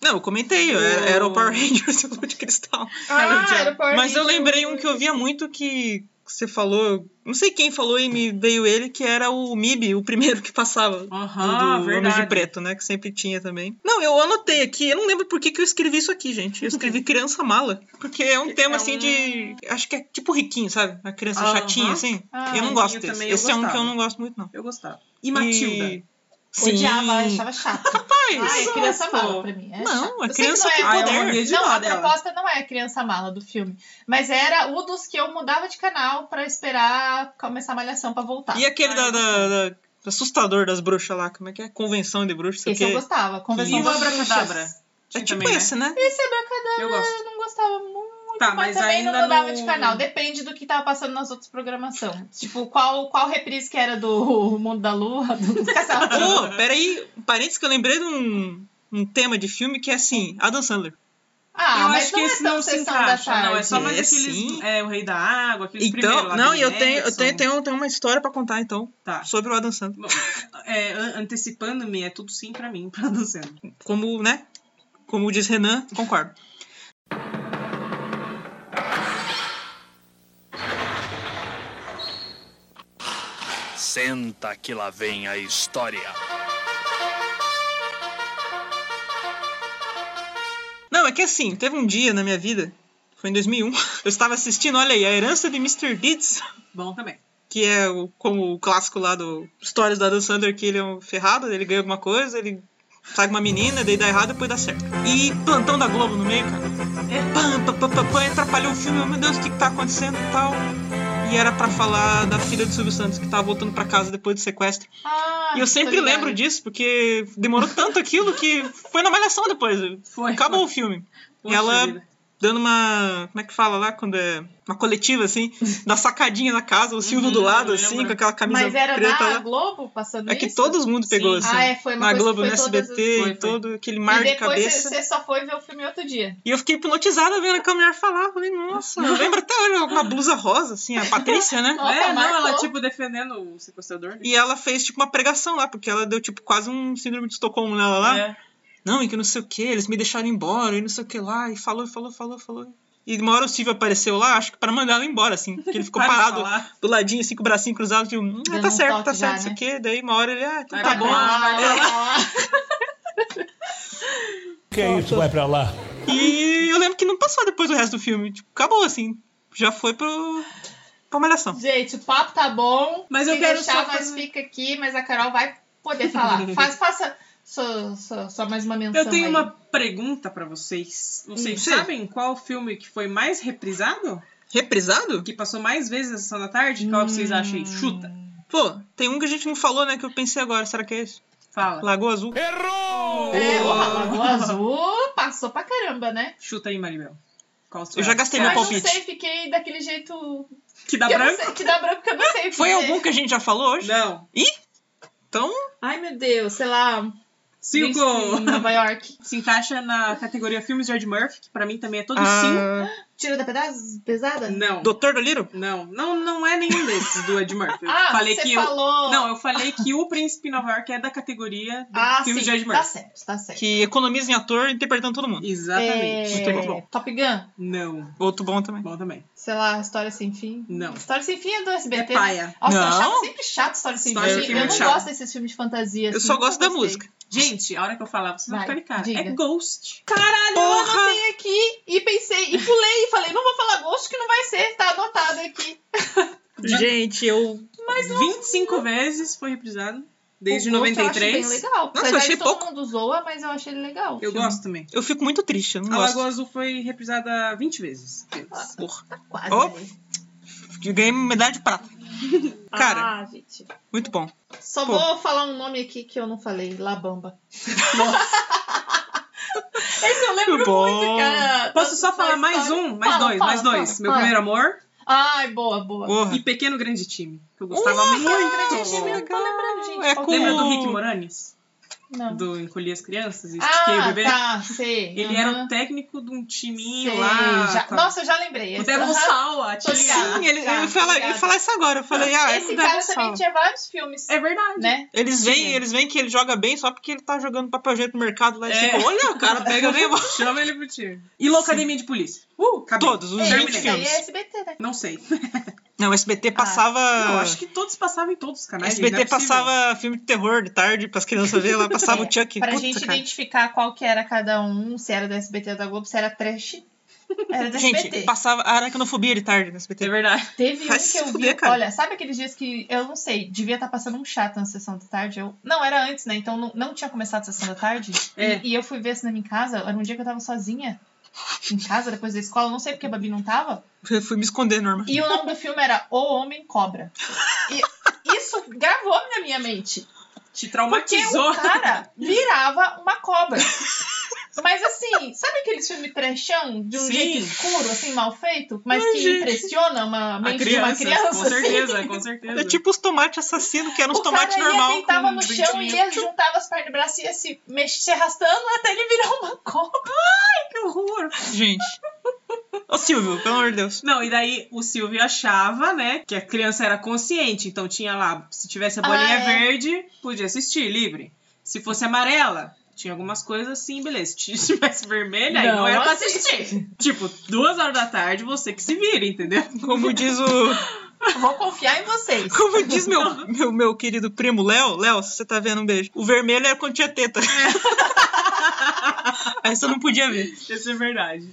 Speaker 3: Não, eu comentei, eu era, era o Power Rangers e o Lua de Cristal.
Speaker 5: Cara,
Speaker 2: Ah, era o Power
Speaker 3: Mas eu
Speaker 2: Rangers.
Speaker 3: lembrei um que eu via muito que você falou, não sei quem falou e me veio ele, que era o MIB, o primeiro que passava.
Speaker 5: Aham,
Speaker 3: do Homem
Speaker 5: Ah, verdade.
Speaker 3: de Preto, né? Que sempre tinha também. Não, eu anotei aqui, eu não lembro por que, que eu escrevi isso aqui, gente. Eu escrevi Criança Mala, porque é um tema
Speaker 5: É
Speaker 3: assim
Speaker 5: um-
Speaker 3: de. Acho que é tipo riquinho, sabe? A criança
Speaker 5: Aham.
Speaker 3: chatinha, assim.
Speaker 2: Ah,
Speaker 3: eu não
Speaker 5: riquinho
Speaker 3: gosto desse.
Speaker 5: também eu
Speaker 3: Esse é um que eu
Speaker 5: gostava.
Speaker 3: não gosto muito, não.
Speaker 5: Eu gostava. E Matilda.
Speaker 3: E...
Speaker 2: Ah,
Speaker 3: Sim.
Speaker 2: Odiava, achava chato. Ah, é
Speaker 3: Rapaz!
Speaker 2: criança
Speaker 5: Susto.
Speaker 2: mala pra mim. É chato.
Speaker 3: não, a
Speaker 2: Eu sei
Speaker 3: criança
Speaker 2: que
Speaker 3: tem
Speaker 2: não é.
Speaker 5: Ah, é uma
Speaker 3: poder.
Speaker 5: vez de
Speaker 2: Não, a
Speaker 5: nada, ela.
Speaker 2: proposta não é a criança mala do filme. Mas era um dos que eu mudava de canal pra esperar começar a malhação pra voltar.
Speaker 3: E aquele
Speaker 5: Ai,
Speaker 3: da,
Speaker 5: eu
Speaker 3: da- da- do assustador das bruxas lá, como é que é? Convenção de bruxas.
Speaker 2: Esse eu gostava. Conversão
Speaker 5: E
Speaker 2: das
Speaker 5: o Abracadabra?
Speaker 2: Bruxas.
Speaker 3: É
Speaker 5: Tinha
Speaker 3: tipo
Speaker 5: também, né?
Speaker 3: esse, né?
Speaker 2: Esse Abracadabra
Speaker 5: Eu
Speaker 2: eu,
Speaker 5: gosto.
Speaker 2: não gostava muito,
Speaker 5: Tá,
Speaker 2: mas,
Speaker 5: mas
Speaker 2: também
Speaker 5: ainda
Speaker 2: não mudava
Speaker 5: não-
Speaker 2: de canal. Depende do que tava passando nas outras programações. Tipo, qual, qual reprise que era do Mundo da Lua, do Caçador.
Speaker 3: Ô, peraí, um parênteses que eu lembrei de um, um tema de filme que é assim, Adam Sandler.
Speaker 2: Ah,
Speaker 5: eu
Speaker 2: mas
Speaker 5: acho
Speaker 2: não
Speaker 5: que
Speaker 2: é
Speaker 5: esse
Speaker 2: tão
Speaker 5: não se
Speaker 2: Sessão
Speaker 5: encaixa,
Speaker 2: da tarde.
Speaker 5: não. É só mais
Speaker 3: É,
Speaker 5: aqueles.
Speaker 3: sim.
Speaker 5: É, o Rei da Água, aqueles
Speaker 3: Então,
Speaker 5: primeiros lá.
Speaker 3: não,
Speaker 5: Billy
Speaker 3: e eu tenho, eu
Speaker 5: Madison.
Speaker 3: tenho, tenho, tenho uma história pra contar, então,
Speaker 5: Tá.
Speaker 3: sobre o Adam Sandler.
Speaker 5: É, an- Antecipando-me, é tudo sim pra mim, pra dançando.
Speaker 3: Como, né? Como diz Renan, concordo.
Speaker 9: Senta que lá vem a história.
Speaker 3: Não, é que assim, teve um dia na minha vida, foi em 2001, eu estava assistindo, olha aí, A Herança de Mr. Deeds,
Speaker 5: Bom também.
Speaker 3: que é o, como o clássico lá do Histórias do Adam Sandler, que ele é um ferrado, ele ganha alguma coisa, ele sai com uma menina, daí dá errado, depois dá certo. E plantão da Globo no meio, cara. É pam, pam, pam, pam, pam, e atrapalhou o filme, meu Deus, o que, que tá acontecendo e tal. E era pra falar da filha do Silvio Santos, que tava voltando pra casa depois do sequestro.
Speaker 2: Ah,
Speaker 3: E eu sempre
Speaker 2: tô ligada.
Speaker 3: lembro disso, porque demorou tanto aquilo que foi na malhação depois.
Speaker 5: Foi.
Speaker 3: Acabou o filme.
Speaker 5: Poxa
Speaker 3: ela-
Speaker 5: vida.
Speaker 3: Dando uma. Como é que fala lá? Quando é. Uma coletiva, assim, da sacadinha da casa, o Silvio
Speaker 5: Uhum,
Speaker 3: do lado,
Speaker 5: eu
Speaker 3: assim,
Speaker 5: lembro.
Speaker 3: com aquela camisa
Speaker 2: Mas era
Speaker 3: preta
Speaker 2: na
Speaker 3: lá.
Speaker 2: Globo passando
Speaker 3: É que
Speaker 2: isso?
Speaker 3: todo mundo pegou,
Speaker 5: Sim.
Speaker 3: assim.
Speaker 2: Ah, é, foi uma
Speaker 3: na
Speaker 2: coisa
Speaker 3: Globo,
Speaker 2: que
Speaker 3: no
Speaker 2: foi todas
Speaker 3: SBT,
Speaker 2: as-
Speaker 5: Foi, foi.
Speaker 3: e todo aquele
Speaker 2: E
Speaker 3: mar de
Speaker 2: depois você-
Speaker 3: cabeça.
Speaker 2: você só foi ver o filme outro dia.
Speaker 3: E eu fiquei hipnotizada vendo aquela mulher falar. Falei, nossa, eu lembro até hoje, uma blusa rosa, assim, a Patrícia, né?
Speaker 2: Nossa,
Speaker 5: é, não,
Speaker 2: marcou.
Speaker 5: ela tipo defendendo o sequestrador. né?
Speaker 3: E ela fez, tipo, uma pregação lá, porque ela deu, tipo, quase um síndrome de Estocolmo nela lá.
Speaker 5: É.
Speaker 3: Não, e que não sei o que, eles me deixaram embora, e não sei o que lá, e falou, falou, falou, falou. E uma hora o Silvio apareceu lá, acho que pra mandar ela embora, assim, porque ele ficou
Speaker 5: Para de
Speaker 3: parado
Speaker 5: falar.
Speaker 3: do ladinho, assim, com o bracinho cruzado, tipo, hum, ah,
Speaker 2: Dando
Speaker 3: tá
Speaker 2: um
Speaker 3: certo, tá
Speaker 2: toque já,
Speaker 3: certo, não sei o
Speaker 2: né?
Speaker 3: que. Daí uma hora ele, ah, né? então
Speaker 5: Vai
Speaker 3: tá
Speaker 5: pra
Speaker 3: bom.
Speaker 5: lá, vai pra lá.
Speaker 10: Que é isso, vai pra lá.
Speaker 3: E eu lembro que não passou depois do resto do filme, tipo, acabou, assim, já foi pro... pra malhação.
Speaker 2: Gente, o papo tá bom.
Speaker 5: Mas
Speaker 2: Se
Speaker 5: eu quero
Speaker 2: deixar,
Speaker 5: só
Speaker 2: nós
Speaker 5: fazer-
Speaker 2: fica aqui, mas a Carol vai poder falar. Faz, faça só, só, só mais uma menção.
Speaker 5: Eu tenho
Speaker 2: aí.
Speaker 5: uma pergunta pra vocês. Vocês
Speaker 3: Sim.
Speaker 5: sabem qual filme que foi mais reprisado?
Speaker 3: Reprisado?
Speaker 5: Que passou mais vezes na sessão da tarde? Qual que
Speaker 2: Hum.
Speaker 5: vocês acham aí? Chuta.
Speaker 3: Pô, tem um que a gente não falou, né, que eu pensei agora, será que é esse?
Speaker 5: Fala.
Speaker 3: Lagoa Azul.
Speaker 2: É, o Lagoa Azul passou pra caramba, né?
Speaker 5: Chuta aí, Maribel. Qual
Speaker 3: Eu já gastei meu
Speaker 2: Mas não
Speaker 3: palpite.
Speaker 2: sei, fiquei daquele jeito.
Speaker 5: Que dá
Speaker 2: que, eu não
Speaker 5: branco?
Speaker 2: sei, que dá branco que eu não sei.
Speaker 3: Foi
Speaker 2: dizer.
Speaker 3: algum que a gente já falou hoje?
Speaker 5: Não.
Speaker 3: Então,
Speaker 2: Ai, meu Deus, sei lá. Príncipe em
Speaker 5: Cinco.
Speaker 2: Nova York.
Speaker 5: Se encaixa na categoria filmes de Ed Murphy, que pra mim também é todo cinco.
Speaker 3: ah,
Speaker 2: Tira da pedaço? Pesada?
Speaker 5: Não.
Speaker 3: Doutor Doliro?
Speaker 5: Não, não, não é nenhum desses do Ed Murphy. Eu
Speaker 2: Ah,
Speaker 5: falei
Speaker 2: você
Speaker 5: que
Speaker 2: falou.
Speaker 5: eu, não, eu falei que o Príncipe em Nova York é da categoria do
Speaker 2: ah,
Speaker 5: filme
Speaker 2: sim.
Speaker 5: de Ed
Speaker 2: Tá
Speaker 5: Murphy.
Speaker 2: certo, tá certo.
Speaker 3: Que economiza em ator interpretando todo mundo.
Speaker 5: Exatamente.
Speaker 2: É,
Speaker 5: Muito bom.
Speaker 2: Top Gun,
Speaker 5: Não.
Speaker 3: Outro bom também.
Speaker 5: Bom também.
Speaker 2: sei lá, História Sem Fim.
Speaker 5: Não.
Speaker 2: História Sem Fim é do
Speaker 5: É
Speaker 2: SBT. né?
Speaker 5: paia.
Speaker 2: Nossa,
Speaker 3: Não.
Speaker 2: eu achava sempre chato História Sem Fim.
Speaker 5: História
Speaker 3: Sem Fim é
Speaker 2: Eu não
Speaker 3: muito chato.
Speaker 2: gosto desses filmes de fantasia.
Speaker 3: Eu
Speaker 2: assim,
Speaker 3: só
Speaker 2: nunca
Speaker 3: gosto da
Speaker 2: gostei.
Speaker 3: música.
Speaker 5: Gente, a hora que eu falar, vocês vão
Speaker 2: Vai,
Speaker 5: ficar de cara.
Speaker 2: diga.
Speaker 5: É Ghost.
Speaker 2: Eu
Speaker 3: Porra!
Speaker 2: anotei aqui e pensei, e pulei e falei, não vou falar gosto que não vai ser, tá anotado aqui.
Speaker 3: Gente, eu.
Speaker 5: 25 vezes foi reprisado. Desde
Speaker 2: O Ghost Eu
Speaker 5: 93.
Speaker 2: achei bem legal.
Speaker 3: Nossa, eu
Speaker 2: Apesar
Speaker 3: achei
Speaker 2: de todo
Speaker 3: pouco.
Speaker 2: mundo zoa, mas eu achei ele legal.
Speaker 5: Eu gosto também.
Speaker 3: Eu fico muito triste, eu não
Speaker 5: A
Speaker 3: gosto.
Speaker 5: Lagoa Azul foi reprisada 20 vezes.
Speaker 3: Porra.
Speaker 2: Quase.
Speaker 3: Ó.
Speaker 2: né?
Speaker 3: Eu ganhei medalha de prata. Cara,
Speaker 2: Ah, gente.
Speaker 3: muito bom.
Speaker 2: Só
Speaker 3: Pô.
Speaker 2: vou falar um nome aqui que eu não falei, Labamba. Esse eu lembro
Speaker 3: Muito bom.
Speaker 2: muito, cara.
Speaker 5: Ah, Posso só
Speaker 2: Da
Speaker 5: falar mais
Speaker 2: Ah, história.
Speaker 5: um? Mais
Speaker 2: Fala,
Speaker 5: dois,
Speaker 2: fala,
Speaker 5: mais dois.
Speaker 2: fala,
Speaker 5: Meu
Speaker 2: fala.
Speaker 5: primeiro amor
Speaker 2: Ai, boa, boa.
Speaker 3: Porra.
Speaker 5: e Pequeno Grande Time. Que eu gostava muito.
Speaker 2: Grande Time, eu tô lembrando, gente.
Speaker 3: É
Speaker 2: Qual
Speaker 3: com-
Speaker 2: que
Speaker 5: Lembra do Rick Moranis?
Speaker 2: Não.
Speaker 5: Do Encolhi as Crianças e Estiquei o
Speaker 2: Ah,
Speaker 5: Bebê?
Speaker 2: tá, sei.
Speaker 5: um
Speaker 2: Aham.
Speaker 5: Ele era o técnico de um timinho
Speaker 2: Sei,
Speaker 5: lá.
Speaker 2: já-
Speaker 5: com a-
Speaker 2: Nossa, eu já lembrei.
Speaker 5: o
Speaker 2: Esse,
Speaker 5: Devon
Speaker 2: aham.
Speaker 5: Sawa. tinha-
Speaker 2: ligada.
Speaker 3: Sim, ele,
Speaker 2: Tá,
Speaker 3: eu, falei, eu
Speaker 2: obrigada. Tá.
Speaker 3: falei isso agora. Eu falei, ah, é
Speaker 2: Esse
Speaker 3: o
Speaker 2: cara
Speaker 3: Devil
Speaker 2: também
Speaker 3: Sawa.
Speaker 2: tinha vários filmes,
Speaker 5: É verdade.
Speaker 2: né?
Speaker 3: Eles veem, eles veem que ele joga bem só porque ele tá jogando papel higiênico no mercado lá tipo, e
Speaker 5: É.
Speaker 3: ficam, olha, o cara pega bem mal.
Speaker 5: Chama ele pro time. E Loucademia de Polícia. Uh, acabei.
Speaker 3: Todos, os
Speaker 2: É,
Speaker 3: 20
Speaker 2: esse aí
Speaker 3: filmes.
Speaker 2: é SBT, né?
Speaker 5: Não sei.
Speaker 3: Não, o
Speaker 2: Ah,
Speaker 3: SBT passava.
Speaker 5: Não, acho que todos passavam em todos os canais. gente, não
Speaker 3: SBT
Speaker 5: é possível.
Speaker 3: passava filme de terror de tarde pras crianças verem lá, passava o Chuck.
Speaker 2: É, Pra
Speaker 3: Puta,
Speaker 2: gente
Speaker 3: cara.
Speaker 2: identificar qual que era cada um, se era do SBT ou da Globo, se era trash. Era do
Speaker 3: Gente,
Speaker 2: SBT.
Speaker 3: passava aracnofobia de tarde no SBT.
Speaker 5: É verdade.
Speaker 2: Teve um
Speaker 3: Vai
Speaker 2: que
Speaker 3: se
Speaker 2: eu vi.
Speaker 3: fuder, cara.
Speaker 2: Olha, sabe aqueles dias que eu não sei, devia estar passando um chato na sessão da tarde. Eu... Não, era antes, né? Então não, não tinha começado a sessão da tarde.
Speaker 5: É.
Speaker 2: E, e eu fui ver cinema em casa. Era um dia que eu tava sozinha. Em casa, depois da escola, não sei porque a Babi não tava.
Speaker 3: Eu fui me esconder, Norma.
Speaker 2: E o nome do filme era O Homem Cobra. E isso gravou na minha mente. um
Speaker 5: Te
Speaker 2: Porque
Speaker 5: traumatizou.
Speaker 2: o cara virava uma cobra. Mas assim, sabe aqueles filmes trechão de um
Speaker 5: Sim.
Speaker 2: jeito escuro, assim, mal feito? Mas
Speaker 5: Ai,
Speaker 2: que
Speaker 5: gente.
Speaker 2: impressiona uma
Speaker 5: A
Speaker 2: mente
Speaker 5: criança,
Speaker 2: de é um uma criança,
Speaker 5: com
Speaker 2: assim?
Speaker 5: certeza, com certeza.
Speaker 3: É tipo os tomates assassinos, que eram os
Speaker 2: O cara
Speaker 3: tomates
Speaker 2: ia,
Speaker 3: normal.
Speaker 2: deitava
Speaker 3: com
Speaker 2: no
Speaker 3: dentinho.
Speaker 2: chão e ia, juntava as pernas do braço e ia se, mex- se arrastando até ele virar uma cobra.
Speaker 5: que horror.
Speaker 3: Gente. Ô Silvio, pelo amor de Deus.
Speaker 5: Não, e daí o Silvio achava, né, que a criança era consciente, então tinha lá, se tivesse a bolinha
Speaker 2: Ah, é.
Speaker 5: verde, podia assistir livre. Se fosse amarela, tinha algumas coisas assim, beleza. Se tivesse vermelha, aí não,
Speaker 2: Não
Speaker 5: era pra assistir. tipo, duas horas da tarde, você que se vira, entendeu?
Speaker 3: Como diz o.
Speaker 2: Vou confiar em vocês.
Speaker 3: Como diz meu, meu, meu querido primo Léo, Léo, se você tá vendo um beijo. O vermelho era quando tinha
Speaker 2: É.
Speaker 3: teta. Aí você não podia ver.
Speaker 5: Isso é verdade.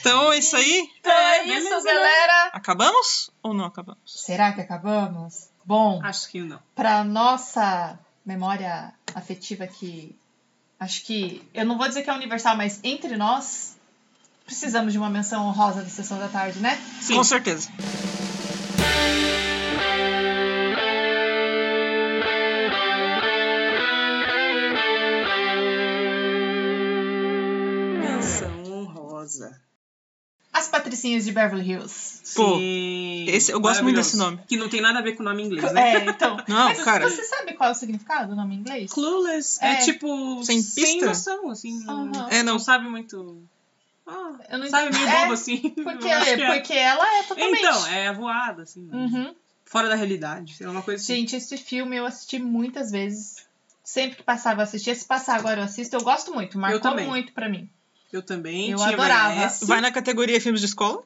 Speaker 3: Então é isso aí.
Speaker 2: Então é
Speaker 5: beleza,
Speaker 2: isso,
Speaker 5: né?
Speaker 2: galera.
Speaker 3: Acabamos ou não acabamos?
Speaker 2: Será que acabamos? Bom,
Speaker 5: Acho que não.
Speaker 2: pra nossa memória afetiva que acho que eu não vou dizer que é universal, mas entre nós precisamos de uma menção honrosa da sessão da tarde, né?
Speaker 5: Sim.
Speaker 3: Com certeza.
Speaker 5: Menção honrosa.
Speaker 2: As patricinhas de Beverly Hills.
Speaker 3: Pô,
Speaker 5: Sim,
Speaker 3: esse- eu gosto muito desse
Speaker 5: maravilhoso.
Speaker 3: nome.
Speaker 5: Que não tem nada a ver com o nome em inglês, né?
Speaker 2: É, então.
Speaker 3: Não,
Speaker 2: Mas
Speaker 3: cara.
Speaker 2: você sabe qual é o significado do nome em inglês?
Speaker 5: Clueless é,
Speaker 2: É.
Speaker 5: tipo
Speaker 3: Sem pista?
Speaker 5: noção, assim. não-
Speaker 2: Aham.
Speaker 3: É, não.
Speaker 5: não sabe muito. Ah,
Speaker 2: Eu não
Speaker 5: sabe,
Speaker 2: entendi.
Speaker 5: meio
Speaker 2: É,
Speaker 5: bobo assim.
Speaker 2: Porque,
Speaker 5: Eu acho que é.
Speaker 2: porque ela é totalmente.
Speaker 5: Então, é voada, assim.
Speaker 2: Uhum.
Speaker 5: Fora da realidade. É uma coisa assim.
Speaker 2: Gente, esse filme eu assisti muitas vezes. Sempre que passava, eu assistia. Se passar agora, eu assisto. Eu gosto muito. Marcou
Speaker 5: também.
Speaker 2: muito pra mim.
Speaker 5: Eu também
Speaker 2: Eu
Speaker 5: tinha
Speaker 2: adorava.
Speaker 5: VHS,
Speaker 3: Vai na categoria filmes de escola?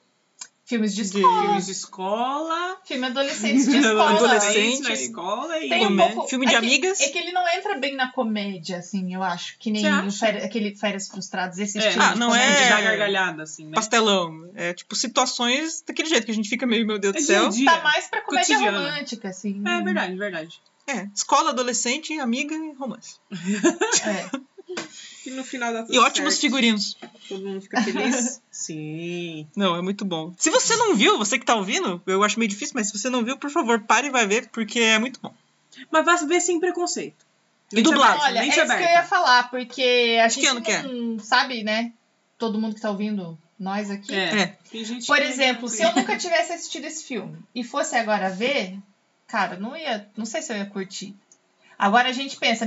Speaker 2: Filmes de
Speaker 5: de
Speaker 2: escola.
Speaker 5: filmes de escola.
Speaker 2: Filme adolescente de escola.
Speaker 3: Adolescente,
Speaker 5: na escola e.
Speaker 2: Tem um
Speaker 3: Comédia.
Speaker 2: pouco...
Speaker 3: Filme de
Speaker 2: é que-
Speaker 3: amigas?
Speaker 2: é que ele não entra bem na comédia, assim, eu acho. Que nem
Speaker 5: Você
Speaker 2: o
Speaker 5: acha?
Speaker 2: Féri- aquele Férias Frustradas, esse
Speaker 5: É,
Speaker 2: estilo
Speaker 3: ah,
Speaker 2: de
Speaker 3: não
Speaker 2: comédia.
Speaker 5: de
Speaker 3: é-
Speaker 5: dar gargalhada, assim, né?
Speaker 3: Pastelão. É tipo situações daquele jeito que a gente fica meio, meu Deus
Speaker 5: É
Speaker 3: do
Speaker 5: dia
Speaker 3: céu.
Speaker 5: a dia.
Speaker 2: Tá mais pra comédia
Speaker 5: Cotidiana.
Speaker 2: romântica, assim.
Speaker 5: É verdade, verdade.
Speaker 3: É, escola, adolescente, amiga e romance.
Speaker 2: É.
Speaker 5: E no final da
Speaker 3: E ótimos figurinos.
Speaker 5: Todo mundo fica feliz. Sim.
Speaker 3: Não, é muito bom. Se você não viu, você que tá ouvindo, eu acho meio difícil, mas se você não viu, por favor, pare e vai ver, porque é muito bom.
Speaker 5: Mas vai ver sem preconceito.
Speaker 3: E dublado.
Speaker 2: Olha, é
Speaker 5: mente
Speaker 2: isso
Speaker 5: aberta.
Speaker 2: que eu ia falar, porque a gente
Speaker 3: que ano que é?
Speaker 2: não sabe, né? Todo mundo que tá ouvindo nós aqui.
Speaker 5: É.
Speaker 3: É.
Speaker 5: Tem gente
Speaker 2: Por
Speaker 5: que-
Speaker 2: exemplo, se eu nunca tivesse assistido esse filme e fosse agora ver, cara, não ia, não sei se eu ia curtir. Agora a gente pensa,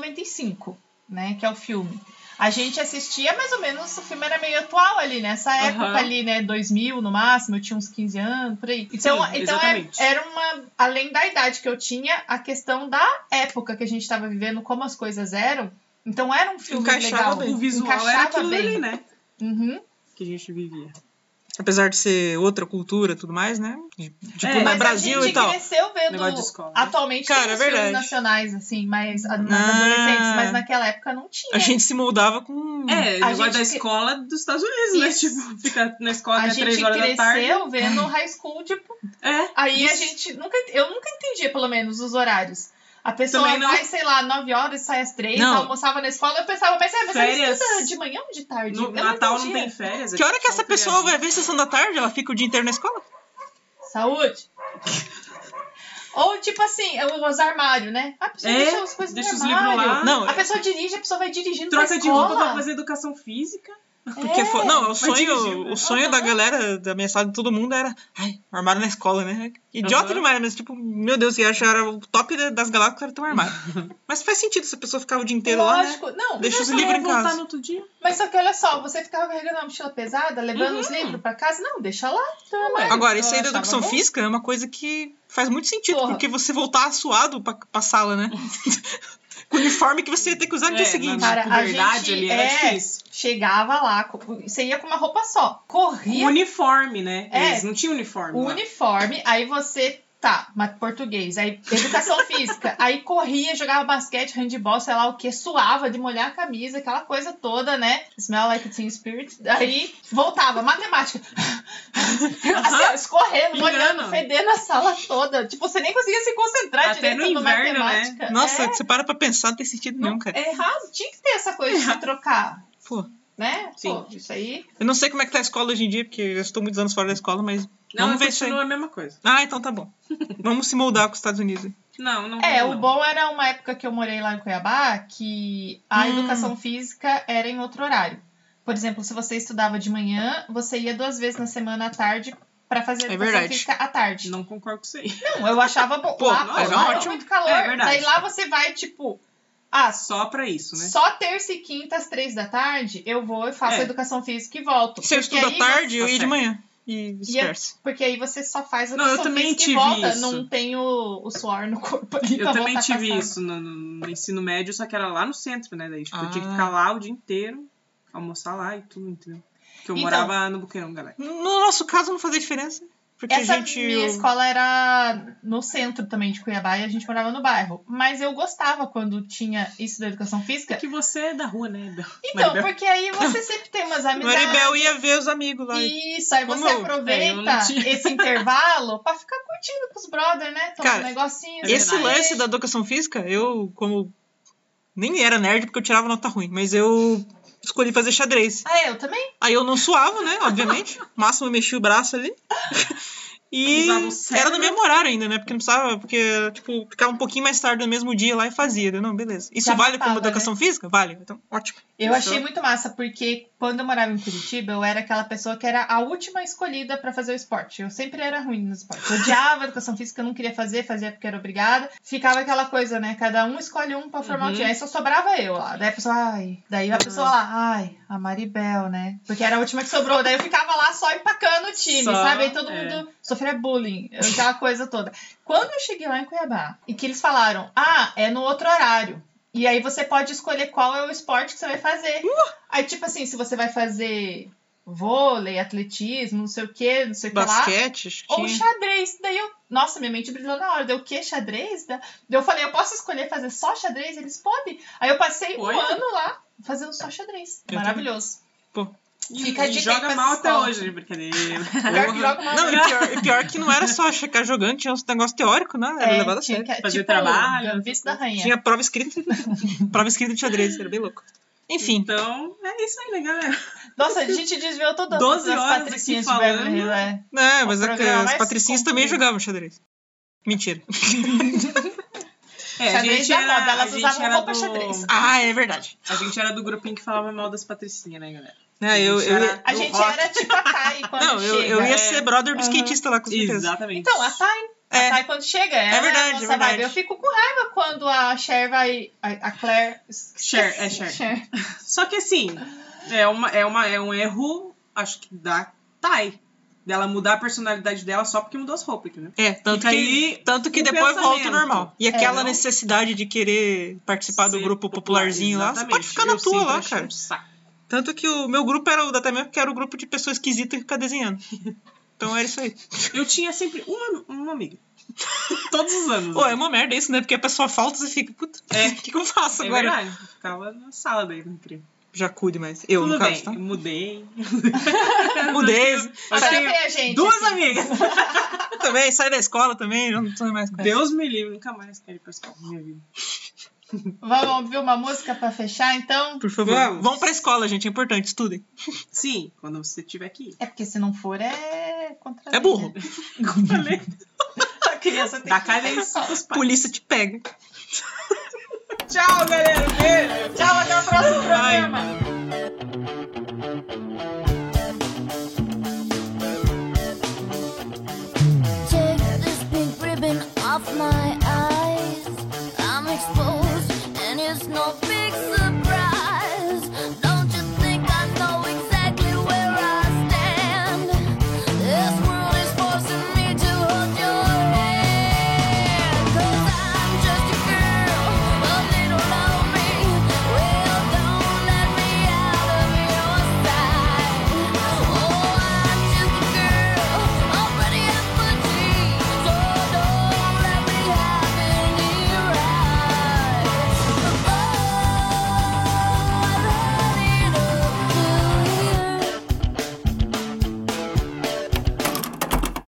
Speaker 2: 1995, né, que é o filme. A gente assistia mais ou menos, o filme era meio atual ali, nessa
Speaker 5: Aham.
Speaker 2: época ali, né, 2000 no máximo, eu tinha uns 15 anos, por aí. Então,
Speaker 5: Sim,
Speaker 2: então é-
Speaker 5: exatamente.
Speaker 2: era uma, além da idade que eu tinha, a questão da época que a gente estava vivendo, como as coisas eram. Então era um filme
Speaker 3: Encaixava
Speaker 2: legal,
Speaker 3: bem.
Speaker 5: o visual era
Speaker 2: encaixava
Speaker 5: aquilo
Speaker 2: bem.
Speaker 5: ali, né?
Speaker 2: Uhum.
Speaker 5: Que a gente vivia.
Speaker 3: Apesar de ser outra cultura e tudo mais, né? De, de
Speaker 5: É,
Speaker 3: tudo
Speaker 5: mas
Speaker 3: é
Speaker 2: a
Speaker 3: Brasil
Speaker 2: gente
Speaker 3: e tal.
Speaker 2: cresceu vendo
Speaker 5: Negócio de escola, né?
Speaker 2: atualmente
Speaker 3: Cara,
Speaker 2: tem
Speaker 3: é
Speaker 2: os filmes
Speaker 3: verdade.
Speaker 2: nacionais, assim, mas mais
Speaker 3: Ah.
Speaker 2: adolescentes, mas naquela época não tinha.
Speaker 3: A gente se moldava com.
Speaker 5: É,
Speaker 2: A
Speaker 5: o negócio
Speaker 2: gente
Speaker 5: da
Speaker 2: que-
Speaker 5: escola dos Estados Unidos, né?
Speaker 2: Isso.
Speaker 5: Tipo, fica na escola
Speaker 2: A
Speaker 5: até
Speaker 2: gente
Speaker 5: 3 horas da tarde.
Speaker 2: cresceu vendo high school, tipo.
Speaker 5: É.
Speaker 2: Aí a gente nunca. Eu nunca entendia, pelo menos, os horários. A pessoa
Speaker 5: Também não.
Speaker 2: vai, sei lá, 9 horas, sai às 3,
Speaker 3: Não.
Speaker 2: almoçava na escola. Eu pensava, mas é, você
Speaker 5: Férias.
Speaker 2: estuda de manhã ou de tarde?
Speaker 5: No
Speaker 2: eu não
Speaker 5: Natal não
Speaker 2: entendia.
Speaker 5: tem férias.
Speaker 3: Que hora que
Speaker 5: é
Speaker 3: essa
Speaker 5: só um feriado.
Speaker 3: pessoa vai ver sessão da tarde? Ela fica o dia inteiro na escola?
Speaker 2: Saúde! Ou, tipo assim, os armários, né? A pessoa
Speaker 5: É,
Speaker 2: deixa as coisas
Speaker 5: deixa
Speaker 2: no
Speaker 5: os
Speaker 2: armário.
Speaker 5: livros lá.
Speaker 3: Não,
Speaker 2: A pessoa dirige, a pessoa vai dirigindo pra
Speaker 5: Troca de
Speaker 2: escola.
Speaker 5: roupa pra fazer educação física.
Speaker 3: porque foi. Não, é
Speaker 5: vai
Speaker 3: o sonho,
Speaker 5: dirigindo.
Speaker 3: o sonho da galera, da minha sala de todo mundo era. Ai, um armário na escola, né? Idiota
Speaker 5: Aham.
Speaker 3: demais, mas tipo, meu Deus, e era o top da- das galáxias era ter um armário. mas faz sentido se a pessoa ficava o dia inteiro lá, né?
Speaker 2: Lógico, não.
Speaker 3: Deixa os
Speaker 5: Mas ela
Speaker 3: livros em
Speaker 5: vai voltar
Speaker 3: casa.
Speaker 5: no outro dia.
Speaker 2: Mas só que olha só, você ficava carregando uma mochila pesada, levando os livros pra casa? Não, deixa lá. Então,
Speaker 5: Ué,
Speaker 3: Agora,
Speaker 2: Eu
Speaker 3: isso aí da
Speaker 2: achava
Speaker 3: educação
Speaker 2: bom.
Speaker 3: física é uma coisa que faz muito sentido,
Speaker 2: Porra.
Speaker 3: porque você voltar suado pra, pra sala, né? Com o uniforme que você ia ter que usar no dia
Speaker 5: É,
Speaker 3: seguinte.
Speaker 5: na-
Speaker 2: Cara,
Speaker 5: na
Speaker 2: a
Speaker 5: verdade,
Speaker 2: gente-
Speaker 5: ali era
Speaker 2: é.
Speaker 5: difícil.
Speaker 2: Chegava lá, co- você ia com uma roupa só.
Speaker 5: O
Speaker 2: Corria
Speaker 5: uniforme, né?
Speaker 2: É.
Speaker 5: Eles não tinham uniforme.
Speaker 2: o
Speaker 5: lá.
Speaker 2: uniforme, aí você. Tá, mas português, aí educação física, aí corria, jogava basquete, handball, sei lá o que, suava de molhar a camisa, aquela coisa toda, né? Smell like teen spirit. Aí voltava, matemática. assim, ó, escorrendo, molhando,
Speaker 5: Engana.
Speaker 2: fedendo a sala toda. Tipo, você nem conseguia se concentrar
Speaker 5: Até
Speaker 2: direito
Speaker 5: no
Speaker 2: na
Speaker 5: inverno, né?
Speaker 2: matemática.
Speaker 3: Nossa,
Speaker 2: É.
Speaker 3: você para pra pensar, não tem sentido nenhum, cara.
Speaker 2: É errado, tinha que ter essa coisa de trocar,
Speaker 3: Pô,
Speaker 2: né?
Speaker 5: É. Sim.
Speaker 2: Pô, isso aí.
Speaker 3: eu não sei como é que tá a escola hoje em dia, porque eu já estou muitos anos fora da escola, mas
Speaker 5: Não,
Speaker 3: vamos ver isso aí.
Speaker 5: continua a mesma coisa.
Speaker 3: Ah, então tá bom. Vamos se moldar com os Estados Unidos. hein?
Speaker 5: Não, não.
Speaker 2: É,
Speaker 5: não.
Speaker 2: o bom era uma época que eu morei lá em Cuiabá que a
Speaker 5: Hum.
Speaker 2: educação física era em outro horário. Por exemplo, se você estudava de manhã, você ia duas vezes na semana à tarde pra fazer educação
Speaker 5: É verdade.
Speaker 2: física à tarde.
Speaker 5: Não concordo com isso aí.
Speaker 2: Não, eu achava bom.
Speaker 5: Pô,
Speaker 2: lá,
Speaker 5: não,
Speaker 2: pô,
Speaker 5: era
Speaker 2: lá
Speaker 5: ótimo.
Speaker 2: muito calor.
Speaker 5: É verdade.
Speaker 2: Daí lá você vai, tipo, ah,
Speaker 5: Só pra isso, né?
Speaker 2: só terça e quinta às três da tarde, eu vou e faço
Speaker 5: É.
Speaker 2: educação física e volto.
Speaker 3: Você
Speaker 2: Porque
Speaker 3: estuda à
Speaker 2: aí
Speaker 3: tarde, eu
Speaker 5: tá
Speaker 3: ia de
Speaker 5: certo.
Speaker 3: manhã. E vice-versa.
Speaker 2: Porque aí você só faz a
Speaker 5: Não, eu
Speaker 2: educação
Speaker 5: também
Speaker 2: física e
Speaker 5: tive
Speaker 2: volta.
Speaker 5: isso.
Speaker 2: Não tem o, o suor no corpo ali pra
Speaker 5: Eu também
Speaker 2: voltar a
Speaker 5: tive
Speaker 2: passar.
Speaker 5: isso no, no- no ensino médio, só que era lá no centro, né? Daí, tipo, eu tinha que
Speaker 3: Ah.
Speaker 5: ficar lá o dia inteiro, almoçar lá e tudo, entendeu? Porque eu
Speaker 2: Então-
Speaker 5: morava no Buqueirão, galera.
Speaker 3: No nosso caso, não fazia diferença. Porque
Speaker 2: Essa
Speaker 3: a gente.
Speaker 2: minha escola era no centro também de Cuiabá e a gente morava no bairro. Mas eu gostava quando tinha isso da educação física.
Speaker 5: Que você é da rua, né, Bel?
Speaker 2: Então,
Speaker 5: Maribel.
Speaker 2: porque aí você sempre tem umas amizades.
Speaker 3: Maribel ia ver os amigos lá.
Speaker 2: Isso, aí
Speaker 3: Como
Speaker 2: você
Speaker 3: eu-
Speaker 5: é, eu
Speaker 2: aproveita
Speaker 5: não tinha.
Speaker 2: esse intervalo pra ficar curtindo com os brother, né? Tomar um
Speaker 3: Cara,
Speaker 2: negocinho.
Speaker 3: É Esse
Speaker 2: tomar
Speaker 3: lance
Speaker 2: leite.
Speaker 3: da educação física, eu, como. Nem era nerd porque eu tirava nota ruim, mas eu escolhi fazer xadrez.
Speaker 2: Ah, eu também?
Speaker 3: Aí eu não suava, né? Obviamente. No máximo eu mexia o braço ali. E
Speaker 5: Usava o cérebro.
Speaker 3: era no mesmo horário ainda, né? Porque não precisava, porque, tipo, ficava um pouquinho mais tarde no mesmo dia lá e fazia. Daí, Não, beleza. Isso
Speaker 2: Já né?
Speaker 3: vale
Speaker 2: matava,
Speaker 3: como educação física? Vale. Então, ótimo.
Speaker 2: Eu achei muito massa, porque quando eu morava em Curitiba, eu era aquela pessoa que era a última escolhida pra fazer o esporte. Eu sempre era ruim no esporte. Eu odiava a educação física, eu não queria fazer, fazia porque era obrigada. Ficava aquela coisa, né? Cada um escolhe um pra formar o
Speaker 5: Uhum.
Speaker 2: time. Aí só sobrava eu lá. Daí a pessoa, ai. Daí a pessoa lá, ai, a Maribel, né? Porque era a última que sobrou. Daí eu ficava lá só empacando o time,
Speaker 5: Só,
Speaker 2: sabe? Aí todo
Speaker 5: é.
Speaker 2: mundo sofria bullying, aquela coisa toda. Quando eu cheguei lá em Cuiabá e que eles falaram, ah, é no outro horário. E aí você pode escolher qual é o esporte que você vai fazer.
Speaker 3: Uh!
Speaker 2: Aí, tipo assim, se você vai fazer vôlei, atletismo, não sei o que, não sei o que lá.
Speaker 3: Basquete, acho que
Speaker 2: Ou
Speaker 3: tinha.
Speaker 2: xadrez. Daí eu. Nossa, minha mente brilhou na hora. Deu o que? Xadrez? Da- Daí eu falei, eu posso escolher fazer só xadrez? Eles podem. Aí eu passei um
Speaker 5: Olha.
Speaker 2: ano lá fazendo só xadrez.
Speaker 3: Eu
Speaker 2: Maravilhoso.
Speaker 5: E,
Speaker 2: Fica a
Speaker 5: e
Speaker 2: dica aí
Speaker 5: joga
Speaker 2: pra
Speaker 5: mal
Speaker 2: essa
Speaker 5: até
Speaker 2: escola.
Speaker 5: hoje, brincadeira.
Speaker 3: um
Speaker 2: Pior que joga uma
Speaker 3: Não, e pior, e pior que não era só checar jogando, tinha uns negócios teóricos, né? Era levado a sério.
Speaker 2: É, tinha que-
Speaker 5: Fazer
Speaker 2: tipo,
Speaker 5: trabalho,
Speaker 2: Gambito da rainha.
Speaker 3: Tinha prova escrita. prova escrita de xadrez, era bem louco. Enfim,
Speaker 5: Então, é isso aí, né, galera?
Speaker 2: Nossa, a gente desviou todas
Speaker 5: 12
Speaker 2: as
Speaker 5: horas aqui
Speaker 2: patricinhas de
Speaker 5: falando.
Speaker 2: Beverly Hills. é.
Speaker 3: né,
Speaker 2: O
Speaker 3: mas a,
Speaker 2: programa
Speaker 3: as
Speaker 2: mais
Speaker 3: patricinhas também
Speaker 2: comprido.
Speaker 3: jogavam xadrez. Mentira.
Speaker 5: É, a
Speaker 2: Xadrez
Speaker 5: gente
Speaker 2: da
Speaker 5: era,
Speaker 2: moda,
Speaker 5: a
Speaker 2: elas
Speaker 5: gente
Speaker 2: usavam
Speaker 5: era
Speaker 2: roupa
Speaker 5: do-
Speaker 2: xadrez.
Speaker 3: Ah, é verdade.
Speaker 5: A gente era do grupinho que falava mal das patricinhas, né, galera?
Speaker 3: Né, eu,
Speaker 5: gente
Speaker 3: eu,
Speaker 5: era-
Speaker 2: A
Speaker 5: Do
Speaker 2: gente
Speaker 5: rock.
Speaker 2: era tipo a Thay quando
Speaker 3: não, eu,
Speaker 2: chega.
Speaker 3: eu ia
Speaker 5: é.
Speaker 3: ser brother do skatista lá, com certeza.
Speaker 5: Exatamente.
Speaker 2: Então, a Thay. A
Speaker 3: É.
Speaker 2: Thay quando chega, ela
Speaker 3: verdade,
Speaker 2: é a
Speaker 3: é
Speaker 2: nossa
Speaker 3: verdade.
Speaker 2: vibe. Eu fico com raiva quando a Cher vai... A, a Claire...
Speaker 5: Cher, é Cher. Só que assim, é, uma, é, uma, é um erro, acho que da Thay. Dela mudar a personalidade dela só porque mudou as roupas, entendeu?
Speaker 3: É, tanto
Speaker 5: Fica aí
Speaker 3: que, tanto que
Speaker 5: o
Speaker 3: depois volta
Speaker 5: um pensamento.
Speaker 3: ao normal.
Speaker 2: É,
Speaker 3: E aquela
Speaker 2: não?
Speaker 3: necessidade de querer participar do
Speaker 5: Ser
Speaker 3: grupo
Speaker 5: popular,
Speaker 3: popularzinho lá, você pode
Speaker 5: exatamente.
Speaker 3: ficar na
Speaker 5: Eu
Speaker 3: tua
Speaker 5: sempre
Speaker 3: lá,
Speaker 5: achei
Speaker 3: cara.
Speaker 5: um saco.
Speaker 3: Tanto que o meu grupo era o da Time porque era o grupo de pessoas esquisitas que fica desenhando. Então era isso aí.
Speaker 5: Eu tinha sempre uma, uma amiga. Todos os anos.
Speaker 3: Pô, é uma merda isso, né? Porque a pessoa falta e fica, puta,
Speaker 5: É.
Speaker 3: o que, que eu faço
Speaker 5: É
Speaker 3: agora?
Speaker 5: verdade. eu Ficava na sala daí, não queria.
Speaker 3: Já cuide mais. Eu,
Speaker 5: Tudo
Speaker 3: no
Speaker 5: bem, Então,
Speaker 3: caso, tá?
Speaker 5: eu mudei.
Speaker 3: Mudei.
Speaker 2: Agora
Speaker 5: Achei
Speaker 2: tem a gente.
Speaker 5: Duas
Speaker 2: assim.
Speaker 5: amigas.
Speaker 3: Eu também, saí da escola também, já não tô mais com essa.
Speaker 5: Deus me livre, nunca mais quero ir pra escola na minha vida.
Speaker 2: Vamos ouvir uma música pra fechar, então?
Speaker 3: Por favor.
Speaker 5: Vamos.
Speaker 3: Vão pra escola, gente, é importante, estudem.
Speaker 5: Sim, quando você tiver que ir.
Speaker 2: É porque se não for, é... Contra
Speaker 3: É burro.
Speaker 5: Falei.
Speaker 2: A criança tem
Speaker 5: Da
Speaker 2: que-
Speaker 5: cadência dos pais.
Speaker 3: Polícia te pega.
Speaker 5: Tchau, galera. Beijo.
Speaker 2: Tchau, até o próximo programa.
Speaker 5: Tchau.